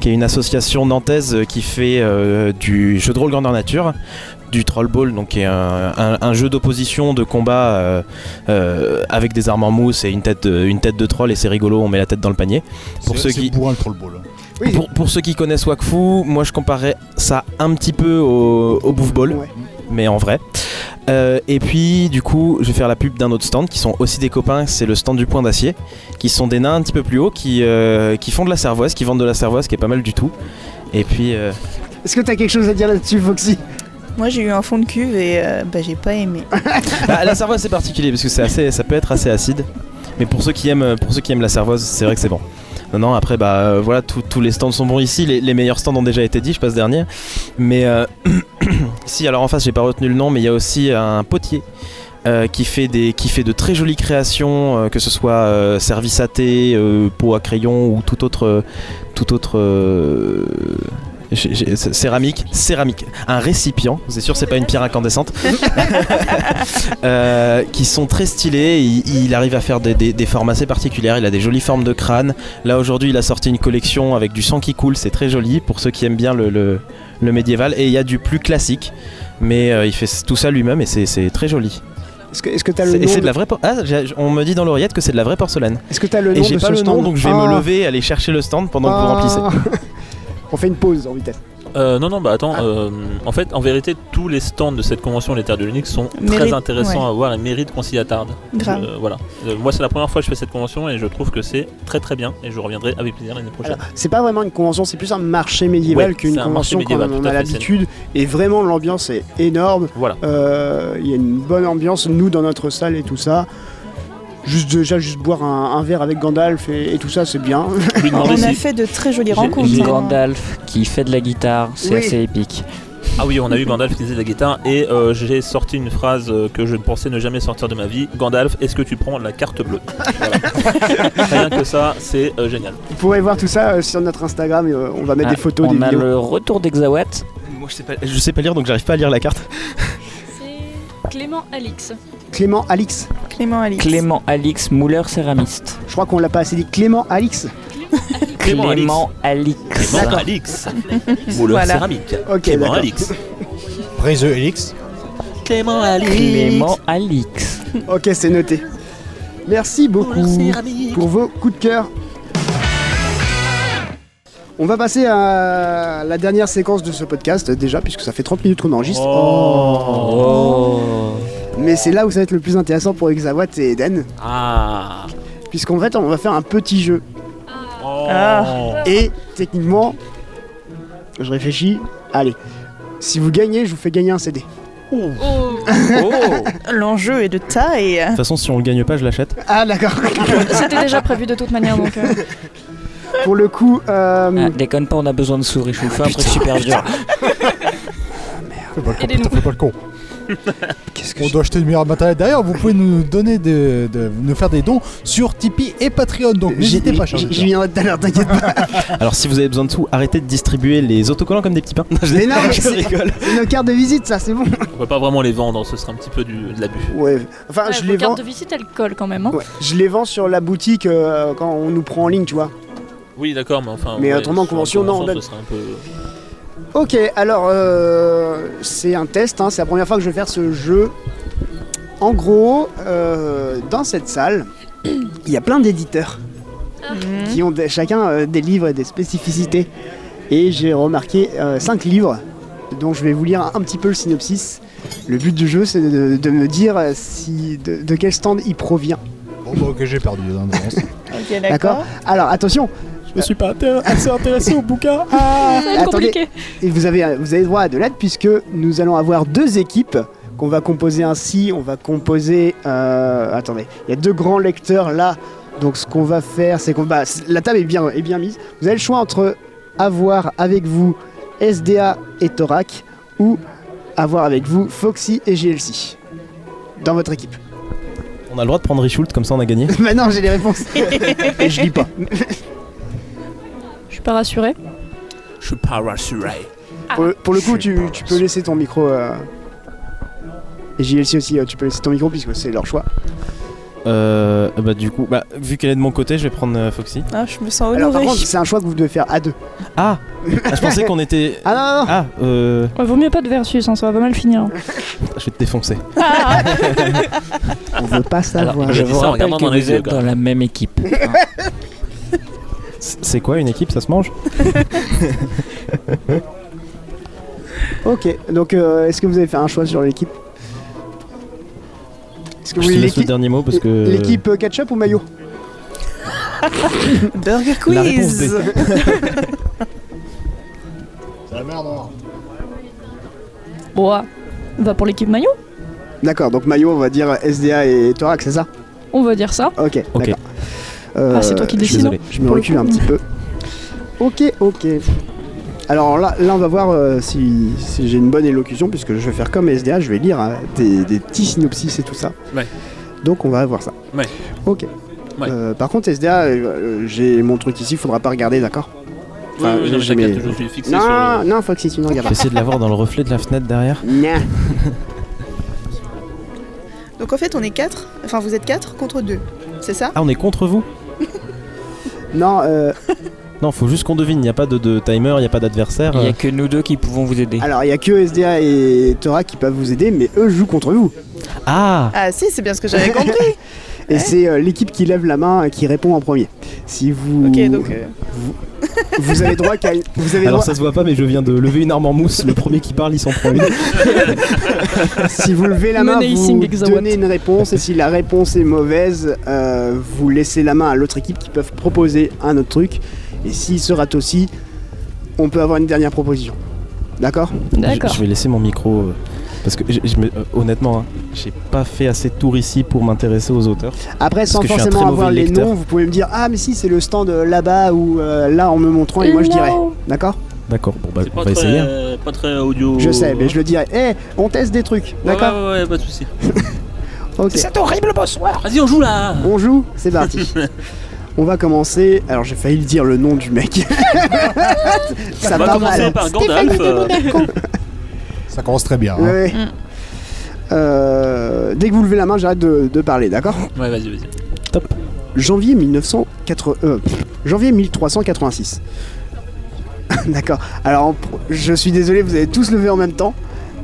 qui est une association nantaise qui fait euh, du jeu de rôle grandeur nature du troll ball donc qui est un, un- un jeu d'opposition de combat euh, euh, avec des armes en mousse et une tête de, une tête de troll et c'est rigolo on met la tête dans le panier pour
C'est-
ceux
c'est
qui-
bourrin le trollball.
Oui.
pour, pour ceux qui connaissent Wakfu, moi je comparais ça un petit peu au, au Bouffe Ball,
Ouais.
mais en vrai. Euh, et puis du coup, je vais faire la pub d'un autre stand qui sont aussi des copains, c'est le stand du Point d'Acier, qui sont des nains un petit peu plus hauts, qui, euh, qui font de la cervoise, qui vendent de la cervoise, qui est pas mal du tout. Et puis, euh,
Est-ce que t'as quelque chose à dire là-dessus, Foxy
Moi j'ai eu un fond de cuve et euh, bah, j'ai pas aimé.
bah, la cervoise c'est particulier parce que c'est assez, ça peut être assez acide. Mais pour ceux qui aiment, pour ceux qui aiment la cervoise, c'est vrai que c'est bon. Non, non, après, bah euh, voilà, tous- tous les stands sont bons ici. Les, les meilleurs stands ont déjà été dit, je passe dernier. Mais euh, si, alors en face, j'ai pas retenu le nom, mais il y a aussi un potier. euh, qui, fait des, qui fait de très jolies créations, euh, que ce soit euh, service à thé, euh, pot à crayon ou tout autre, euh, tout autre euh, j'ai- j'ai- c- céramique, céramique, un récipient. C'est sûr, c'est pas une pierre incandescente. Euh, qui sont très stylés. Il, il arrive à faire des, des- des formes assez particulières. Il a des jolies formes de crâne. Là aujourd'hui, il a sorti une collection avec du sang qui coule. C'est très joli pour ceux qui aiment bien le, le- le médiéval. Et il y a du plus classique. Mais euh, il fait s- tout ça lui-même et c'est- c'est très joli.
Est-ce que est-ce que t'as
C'est-
le
Et
nom
c'est de
de-
la vraie. por- Ah, j'ai- on me dit dans l'oreillette que c'est de la vraie porcelaine.
Est-ce que t'as le nom
Et j'ai
de
pas
ce
le nom,
stand
donc je vais
Ah,
me lever et aller chercher le stand pendant que vous
ah.
remplissez.
On fait une pause en vitesse.
Euh, non, non, bah
Ah.
attends. euh, en fait, en vérité, tous les stands de cette convention, les Terres de l'Unix, sont très
Mérite-
intéressants
ouais.
à voir et méritent qu'on s'y attarde.
Grave.
Euh, voilà. Euh, moi, c'est la première fois que je fais cette convention et je trouve que c'est très très bien. Et je reviendrai avec plaisir l'année prochaine.
Alors, c'est pas vraiment une convention, c'est plus un marché médiéval
Ouais,
qu'une
c'est un marché
convention qu'on
médiéval,
on
tout
a
à fait,
l'habitude. Et vraiment, l'ambiance est énorme.
Voilà.
Euh, Il y a une bonne ambiance, nous, dans notre salle et tout ça. Juste déjà, juste boire un, un verre avec Gandalf et, et tout ça, c'est bien.
Lui demander
On a
si-
fait de très jolies
J'ai-
rencontres.
j'ai-
hein.
Gandalf qui fait de la guitare, c'est
Oui.
assez épique.
Ah oui, on a eu Gandalf qui faisait de la guitare et euh, j'ai sorti une phrase euh, que je ne pensais ne jamais sortir de ma vie. Gandalf, est-ce que tu prends la carte bleue Voilà. Rien que ça, c'est euh, génial.
Vous pourrez voir tout ça euh, sur notre Instagram. euh, on va mettre
Ah,
des photos,
on
des
a
vidéos.
le retour d'Exawat.
Moi, je sais pas, je sais pas lire, donc j'arrive pas à lire la carte.
C'est Clément Alix.
Clément Alix.
Clément Alice.
Clément Alix Muller, céramiste.
Je crois qu'on l'a pas assez dit. Clément Alix.
Clément Alix.
Alix.
Clément Alix, mouleur
Voilà.
céramique.
Ok,
Clément
d'accord.
Alix.
Prise de Helix.
Clément Alix.
Clément Alix.
Ok, c'est noté. Merci beaucoup pour vos coups de cœur. On va passer à la dernière séquence de ce podcast déjà, puisque ça fait 30 minutes qu'on enregistre.
Oh.
Mais c'est là où ça va être le plus intéressant pour Exawatt et Eden,
Ah.
puisqu'en fait on va faire un petit jeu.
Oh.
Et techniquement, je réfléchis, allez, si vous gagnez, je vous fais gagner un CD.
Oh.
Oh.
L'enjeu est de taille.
De toute façon, si on le gagne pas, je l'achète.
Ah d'accord,
C'était déjà prévu de toute manière, donc. euh,
pour le coup, euh,
Ah, déconne pas, on a besoin de souris. Je vous
Ah,
fais un truc super dur.
Fais pas le con,
Aidez-nous.
putain, fais pas le con. On doit acheter du meilleur matériel. D'ailleurs, vous pouvez nous donner des- de, nous faire des dons sur Tipeee et Patreon. Donc
j'y
n'hésitez pas, chers
j'y- j'y
auditeurs.
viendrai tout à l'heure, t'inquiète pas.
Alors, si vous avez besoin de sous, arrêtez de distribuer les autocollants comme des petits pains. Je-
Mais non, mais
je
c'est-
rigole.
C'est nos cartes de visite, ça, c'est bon.
On peut pas vraiment les vendre, ce serait un petit peu du, de l'abus.
Ouais, enfin, Ah, je Euh,
vos
les
cartes
vends.
de visite, elles collent quand même. hein.
Ouais, je les vends sur la boutique euh, quand on nous prend en ligne, tu vois.
Oui, d'accord, mais enfin.
Mais
ouais, sur
autrement,
une
convention, non, on donne-
ce serait un peu.
Ok, alors euh, c'est un test, hein, c'est la première fois que je vais faire ce jeu. En gros, euh, dans cette salle, il y a plein d'éditeurs qui
Hmm.
ont des- chacun euh, des livres et des spécificités. Et j'ai remarqué 5 livres dont je vais vous lire un petit peu le synopsis. Le but du jeu, c'est de, de me dire euh, si, de- de quel stand il provient.
Bon, bah, ok, j'ai perdu. hein, d'avance.
Ok,
D'accord
d'accord.
Alors attention,
Je me suis pas intér- assez intéressé au bouquin.
Ah,
Ça va être
attendez,
compliqué.
et vous avez, vous avez droit à de l'aide puisque nous allons avoir deux équipes qu'on va composer ainsi. On va composer. euh, attendez, il y a deux grands lecteurs là. Donc ce qu'on va faire, c'est qu'on va. La table est bien, est bien mise. Vous avez le choix entre avoir avec vous SDA et Thorac ou avoir avec vous Foxy et GLC dans votre équipe
On a le droit de prendre Richult, comme ça on a gagné.
Bah non, j'ai les réponses. Et je lis pas.
Je suis pas rassurée.
Je suis pas rassuré.
Ah.
Pour, le- pour le coup,
Je suis
tu,
pas
tu peux laisser ton micro. euh, Et JLC aussi, euh, tu peux laisser ton micro puisque c'est leur choix.
Euh, bah du coup, bah, vu qu'elle est de mon côté, je vais prendre euh, Foxy.
Ah, je me sens honorée.
Alors par contre, c'est un choix que vous devez faire à deux.
Ah Ah, Je pensais qu'on était...
Ah non, non, non.
Ah, euh...
Ouais, vaut mieux pas de versus, hein, ça va pas mal finir.
Je vais te défoncer.
Ah.
on veut pas
Alors,
savoir.
je
Dis
vous
ça en
rappelle
regardant
que
dans les
vous
yeux,
êtes
quand
dans la même équipe.
C'est quoi une équipe Ça se mange
Ok, donc euh, est-ce que vous avez fait un choix sur l'équipe Est-ce que vous
Je te
voulez
laisse le
l'équipe
dernier mot parce que...
L'équipe euh, ketchup ou maillot
Burger
La réponse
quiz.
D.
C'est la merde, hein.
Bon, ah, va pour l'équipe maillot,
D'accord, donc maillot, on va dire SDA et thorax, c'est ça
on va dire ça.
Ok,
Ok.
d'accord. Euh,
Ah, c'est toi qui
Je suis
décides.
désolé.
Je me
Pour le
recule
coup.
un petit peu. Ok, ok. Alors là, là on va voir euh, si, si j'ai une bonne élocution, puisque je vais faire comme SDA, je vais lire hein, des, des petits synopsis et tout ça.
Ouais.
Donc on va voir ça.
Ouais.
Ok.
Ouais.
Euh, par contre, SDA, euh, euh, j'ai mon truc ici, faudra pas regarder, d'accord
Oui,
Enfin,
oui,
j'ai
non, mais
jamais-
t'inquiète, je suis fixé
Non,
sur le-
non, Foxy, tu ne
Je
regardes
vais
pas.
essayer de la voir dans le reflet de la fenêtre derrière.
Nya.
Donc en fait, on est quatre. Enfin, vous êtes quatre contre deux. C'est ça
Ah, on est contre vous
Non, euh,
Non, faut juste qu'on devine, il n'y a pas de, de timer, il n'y a pas d'adversaire.
Il n'y
euh,
a que nous deux qui pouvons vous
Ah.
aider.
alors il y a que SDA et Thorax qui peuvent vous aider, mais eux jouent contre vous.
Ah
Ah si, c'est bien ce que j'avais compris.
Et c'est euh, l'équipe qui lève la main et qui répond en premier. Si vous,
ok, donc euh,
vous avez droit qu'à une- vous avez
Alors
droit-
ça se voit pas, mais je viens de lever une arme en mousse, le premier qui parle, il s'en prend une.
Si vous levez la main,
Menacing
vous
Hexawatt.
donnez une réponse et si la réponse est mauvaise, euh, vous laissez la main à l'autre équipe qui peuvent proposer un autre truc. Et s'il se rate aussi, on peut avoir une dernière proposition. D'accord
D'accord.
Je, je vais laisser mon micro. euh, Parce que j'ai- je me- euh, honnêtement, hein, j'ai pas fait assez de tours ici pour m'intéresser aux auteurs.
Après, sans
que je suis un
forcément
très
avoir
mauvais
les
lecteur.
noms, vous pouvez me dire Ah, mais si, c'est le stand euh, là-bas ou euh, là en me montrant et moi je dirais.
Non.
D'accord
D'accord, bon bah
C'est
on
pas
va essayer. hein.
très, pas très audio.
Je sais, mais je le dirais. Eh, on teste des trucs.
Ouais,
D'accord
ouais, ouais, pas de soucis.
Ok.
Vas-y, on joue là
On joue C'est parti. on va commencer. Alors, j'ai failli dire le nom du mec. Ça
On va
part
commencer
mal.
par Gandalf. euh,
Ça commence très bien. hein.
Ouais, ouais.
Mm.
Euh, dès que vous levez la main, j'arrête de, de parler, d'accord
Ouais, vas-y, vas-y.
Janvier 1980, euh, janvier 1386. d'accord. Alors, en pro- je suis désolé, vous avez tous levé en même temps,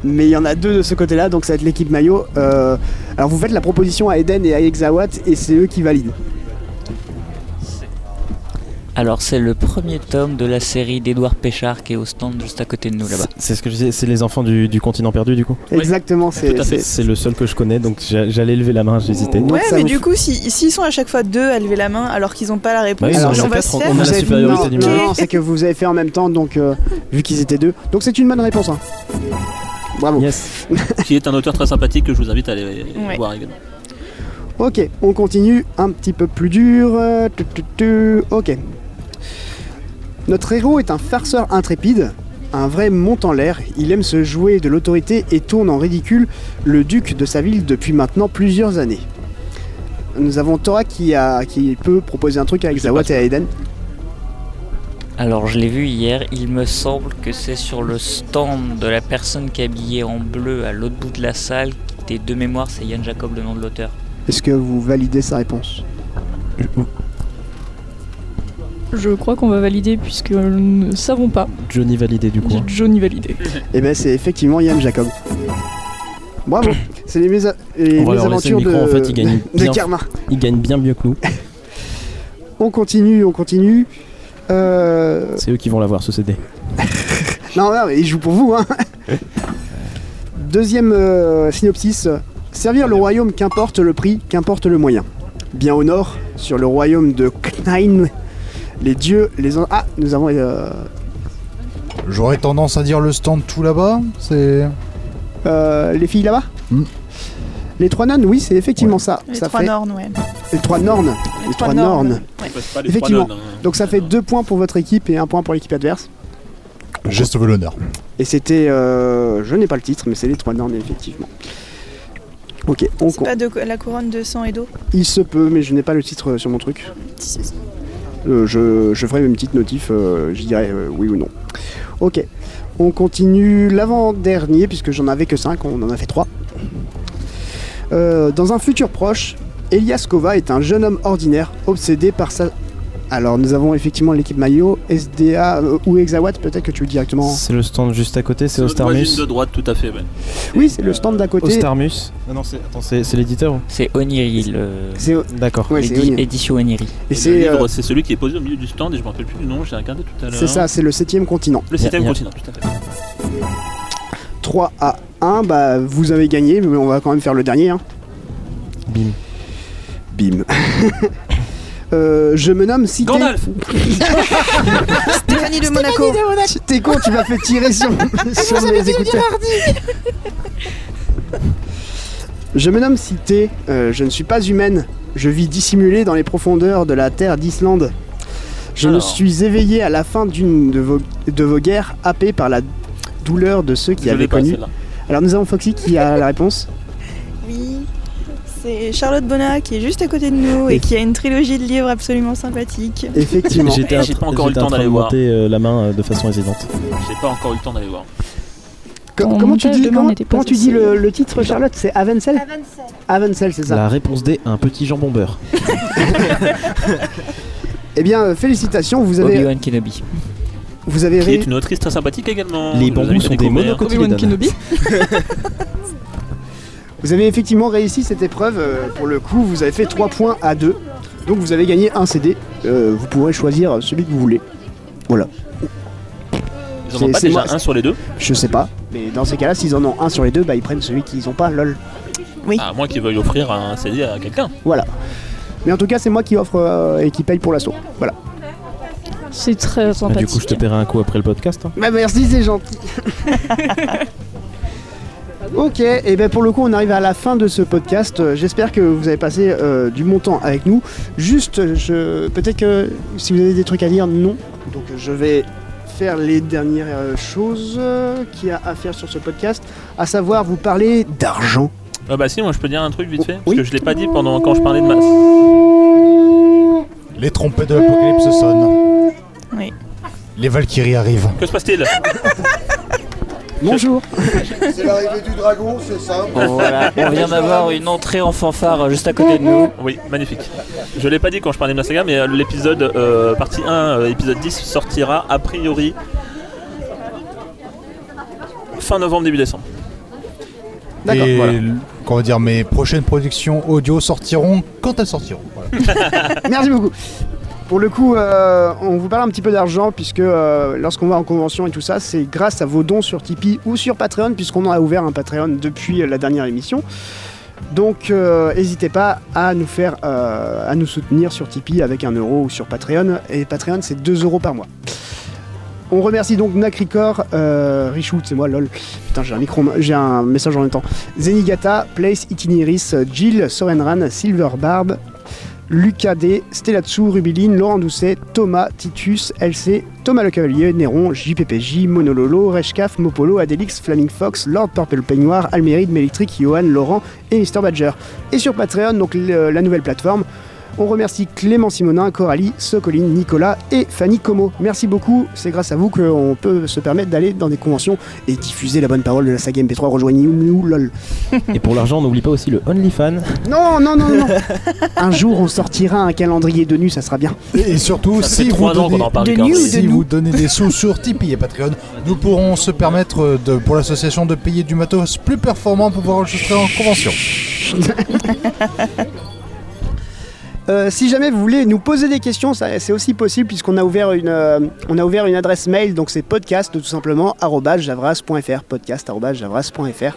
mais il y en a deux de ce côté-là, donc ça va être l'équipe maillot. Euh, alors, vous faites la proposition à Eden et à Exawatt, et c'est eux qui valident.
Alors, c'est le premier tome de la série d'Edouard Péchard qui est au stand juste à côté de nous là-bas.
C'est- C'est ce que je disais, c'est les enfants du, du continent perdu du coup.
Oui,
Exactement, c'est.
tout à fait.
c'est-
C'est le seul que je connais, donc j'a- j'allais lever la main, j'hésitais.
Donc
ouais,
ça
mais
vous
du
fait-
coup, si- s'ils sont à chaque fois deux à lever la main alors qu'ils n'ont pas la réponse,
Bah oui,
Alors,
on est
on
en
va
quatre,
se
on-
faire.
on a
Vous
la
avez-
supériorité
non,
numérique.
Non, non, c'est que vous avez fait en même temps, donc euh, vu qu'ils étaient deux. Donc c'est une bonne réponse. hein. Bravo.
Yes.
Qui est un auteur très sympathique que je vous invite à aller
Ouais.
voir également.
Ok, on continue un petit peu plus dur. euh, tu, tu, tu, Ok. Notre héros est un farceur intrépide, un vrai mont en l'air. Il aime se jouer de l'autorité et tourne en ridicule le duc de sa ville depuis maintenant plusieurs années. Nous avons Tora qui, a, qui peut proposer un truc avec Zawat et à Eden.
Alors, je l'ai vu hier, il me semble que c'est sur le stand de la personne qui est habillée en bleu à l'autre bout de la salle. Des deux mémoires, c'est Yann Jacob, le nom de l'auteur.
Est-ce que vous validez sa réponse
Je crois qu'on va valider puisque nous ne savons pas.
Johnny validé du coup.
J'ai Johnny validé.
Eh bien, c'est effectivement Yann Jacob. Bravo C'est les, mésa- les
On va leur laisser le
mésaventures
micro,
de,
en fait, il gagne
de
bien.
Karma.
Il gagne bien mieux que nous.
Euh.
On continue, on continue. Euh...
C'est eux qui vont l'avoir ce CD.
Non, non, mais il joue pour vous. Hein. Deuxième euh, synopsis. Servir le royaume, qu'importe le prix, qu'importe le moyen. Bien au nord, sur le royaume de Knain, les dieux, les... an- Ah, nous avons... euh,
J'aurais tendance à dire le stand tout là-bas. C'est.
euh, les filles là-bas
Hmm.
Les trois nonnes, oui, c'est effectivement ça.
Les
ça
trois
fait...
nornes, ouais.
Les trois nornes. Les, trois nornes.
Ouais.
Passe pas les
Effectivement.
trois nonnes, hein.
Donc ça fait deux points pour votre équipe et un point pour l'équipe adverse. Pourquoi
Geste de l'honneur.
Et c'était. euh, je n'ai pas le titre, mais c'est les trois derniers, effectivement. Ok, on
C'est
compte.
pas de la couronne de sang et d'eau
Il se peut, mais je n'ai pas le titre euh, sur mon truc.
Si, si.
Euh, je, je ferai une petite notif, euh, je dirai euh, oui ou non. Ok, on continue l'avant-dernier, puisque j'en avais que 5, on en a fait 3. dans un futur proche, Elias Kova est un jeune homme ordinaire obsédé par sa. Alors, nous avons effectivement l'équipe Mayo, SDA euh, ou Exawatt, peut-être que tu le dis directement.
C'est le stand juste à côté, c'est
notre
Ostarmus.
voisine de droite, tout à fait. ouais.
Oui, c'est le stand d'à côté.
Ostarmus. Ah non, c'est attends, c'est c'est l'éditeur. ou
C'est Oniri, le...
C'est
D'accord.
ouais, c'est
l'édi-
Oni.
édition Oniri.
Et
Et
le
c'est,
livre,
euh,
c'est celui qui est posé au milieu du stand et je me rappelle plus du nom, j'ai regardé tout à l'heure.
c'est ça, c'est le septième continent.
Le système
Y a- y a-
continent, tout à fait.
3 à 1, bah vous avez gagné, mais on va quand même faire le dernier. hein.
Bim.
Bim. Euh, je me nomme Cité.
Gandalf
Stéphanie de Monaco Ah,
T'es con, tu m'as fait tirer sur, sur mes écouteurs. Je me nomme Cité, euh, je ne suis pas humaine, je vis dissimulée dans les profondeurs de la terre d'Islande. Je me
Alors.
suis éveillée à la fin d'une de vos, de vos guerres, happée par la douleur de ceux qui
Je l'ai
avaient
pas,
connu.
celle-là.
Alors nous avons Foxy qui a la réponse.
Oui. C'est Charlotte Bonnat qui est juste à côté de nous et qui a une trilogie de livres absolument sympathique.
Effectivement.
J'ai-
en
Eh, j'ai
tra-
pas encore eu le
j'étais en
temps
train
d'aller
de
voir.
monter, euh, la main euh, de façon hésitante.
J'ai pas encore eu le temps d'aller voir.
Co-
Ton
comment tu
montage
dis,
demain
comment,
n'était pas
comment tu dis
possible.
le, le titre, Charlotte C'est Avensel Avensel, c'est ça.
La réponse D, un petit jambon beurre.
Eh bien, euh, félicitations, vous avez,
Obi-Wan Kenobi.
vous avez
Qui est
ré-
une autrice très sympathique également.
Les
Ah, Je vous
bambous
invite à
sont des
découvrir.
Obi-Wan
monocotylédones.
Kenobi
Vous avez effectivement réussi cette épreuve. euh, pour le coup, vous avez fait 3 points à 2. Donc vous avez gagné un CD. Euh, vous pourrez choisir celui que vous voulez.
Ils en ont
C'est-
pas
c'est
déjà
moi-
un sur les deux
Je sais pas. Mais dans ces cas-là, s'ils en ont un sur les deux, bah ils prennent celui qu'ils ont pas, lol.
À moins qu'ils veuillent offrir un CD à quelqu'un.
Voilà. Mais en tout cas, c'est moi qui offre euh, et qui paye pour l'assaut. Voilà.
C'est
Bah,
très
du coup, je
sympathique.
te paierai un coup après le podcast. hein.
Bah merci, c'est gentil. ok, et ben pour le coup, on arrive à la fin de ce podcast. Euh, J'espère que vous avez passé euh, du bon temps avec nous. Juste, je... peut-être que si vous avez des trucs à dire, non. Donc je vais faire les dernières euh, choses euh, qu'il y a à faire sur ce podcast, à savoir vous parler d'argent.
Ah bah si, moi je peux dire un truc vite fait, parce
Oh, Oui.
que je l'ai pas dit pendant quand je parlais de masse.
Les trompettes de l'apocalypse sonnent.
Oui.
Les Valkyries arrivent.
Que se passe-t-il
Bonjour.
C'est l'arrivée du dragon, c'est ça
Voilà. On vient d'avoir une entrée en fanfare euh, juste à côté de nous.
Oui, magnifique. Je l'ai pas dit quand je parlais de la saga, mais euh, l'épisode euh, partie 1, euh, épisode 10 sortira a priori fin novembre, début décembre.
D'accord,
Et
voilà.
l- qu'on va dire, mes prochaines productions audio sortiront quand elles sortiront. Voilà.
Merci beaucoup. Pour le coup, euh, on vous parle un petit peu d'argent, puisque euh, lorsqu'on va en convention et tout ça, c'est grâce à vos dons sur Tipeee ou sur Patreon, puisqu'on en a ouvert un Patreon depuis euh, la dernière émission. Donc, euh, n'hésitez pas à nous faire, euh, à nous soutenir sur Tipeee avec un euro ou sur Patreon. Et Patreon, c'est 2 euros par mois. On remercie donc Nakricor, euh, Richoult, c'est moi, lol. Putain, j'ai un micro, j'ai un message en même temps. Zenigata, Place, Itineris, Jill, Sorenran, Silver Barb, Lucas D, Stellatsu, Rubiline, Laurent Doucet, Thomas, Titus, LC, Thomas Le Cavalier, Néron, JPPJ, Monololo, Reshkaf, Mopolo, Adélix, Flaming Fox, Lord Purple Peignoir, Alméride, Mélitric, Johan, Laurent et Mister Badger. Et sur Patreon, donc le- la nouvelle plateforme, on remercie Clément Simonin, Coralie, Socoline, Nicolas et Fanny Como. Merci beaucoup, c'est grâce à vous qu'on peut se permettre d'aller dans des conventions et diffuser la bonne parole de la saga MP3. Rejoignez-nous, lol.
Et pour l'argent, n'oublie pas aussi le OnlyFan.
Non, non, non, non. non. un jour, on sortira un calendrier de nu, ça sera bien.
Et surtout,
Ça
si
fait
vous,
3 ans qu'on
donnez,
en parle.
de
Ricardo.
news.
si vous donnez des sous sur Tipeee et Patreon, nous pourrons se permettre de, pour l'association de payer du matos plus performant pour pouvoir enregistrer en convention.
Euh, si jamais vous voulez nous poser des questions, ça- c'est aussi possible puisqu'on a ouvert une, euh, on a ouvert une adresse mail, donc c'est podcast tout simplement arobase @javras.fr podcast@javras.fr.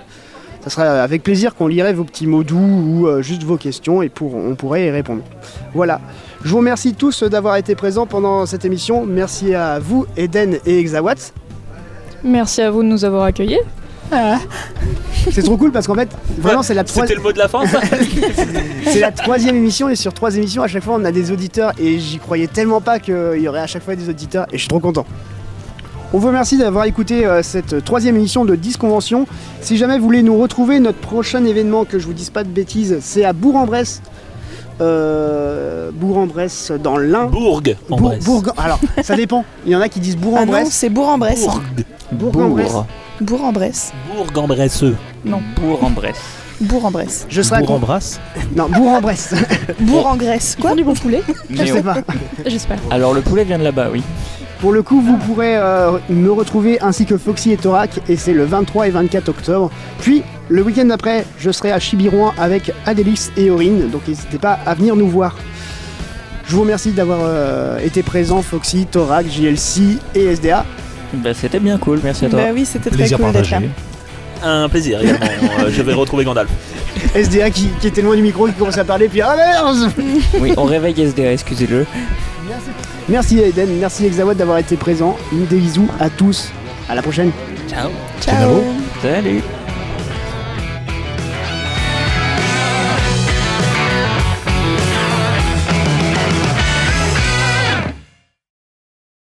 Ça sera avec plaisir qu'on lirait vos petits mots doux ou euh, juste vos questions et pour, on pourrait y répondre. Voilà. Je vous remercie tous d'avoir été présents pendant cette émission. Merci à vous, Eden et Exawatt.
Merci à vous de nous avoir accueillis.
C'est trop cool parce qu'en fait, vraiment, c'est la
C'était
troisième.
le mot de la fin, ça
C'est la troisième émission et sur trois émissions à chaque fois on a des auditeurs et j'y croyais tellement pas qu'il y aurait à chaque fois des auditeurs et je suis trop content. On vous remercie d'avoir écouté euh, cette troisième émission de Disconvention. Si jamais vous voulez nous retrouver, notre prochain événement, que je vous dise pas de bêtises, c'est à Bourg-en-Bresse. Euh, Bourg-en-Bresse dans l'Ain.
Bourg en
Bour-
Bresse.
Bourg- Alors, ça dépend. Il y en a qui disent
Ah non,
Bourg-en-Bresse.
c'est Bourg-en-Bresse.
Bourg.
Bourg-en-Bresse.
Bourg-en-Bresse.
Bourg en Bresseux.
Bourg en Bresse.
Bourg-en-Bresse.
Je serai à
Bourg
Con-
embrasse.
Non, Bourg-en-Bresse.
Bourg-en-Grèce. Quoi
du bon poulet
je
Mais
sais pas.
J'espère.
Alors le poulet vient de là-bas, oui.
Pour le coup, vous pourrez euh, me retrouver ainsi que Foxy et Thorac, et c'est le 23 et 24 octobre. Puis, le week-end d'après, je serai à Chibirouin avec Adélix et Aurine, donc n'hésitez pas à venir nous voir. Je vous remercie d'avoir euh, été présents, Foxy, Thorac, JLC et SDA.
Bah, c'était bien cool, merci à toi.
Bah oui, c'était très
Plaisir
cool d'être là.
partagé.
Un plaisir également. Euh, je vais retrouver Gandalf.
SDA qui, qui était loin du micro, qui commence à parler, puis ah merde
Oui, on réveille SDA, excusez-le.
Merci Eden, merci Exawad d'avoir été présent. Des bisous à tous. À la prochaine.
Ciao.
Ciao.
Salut.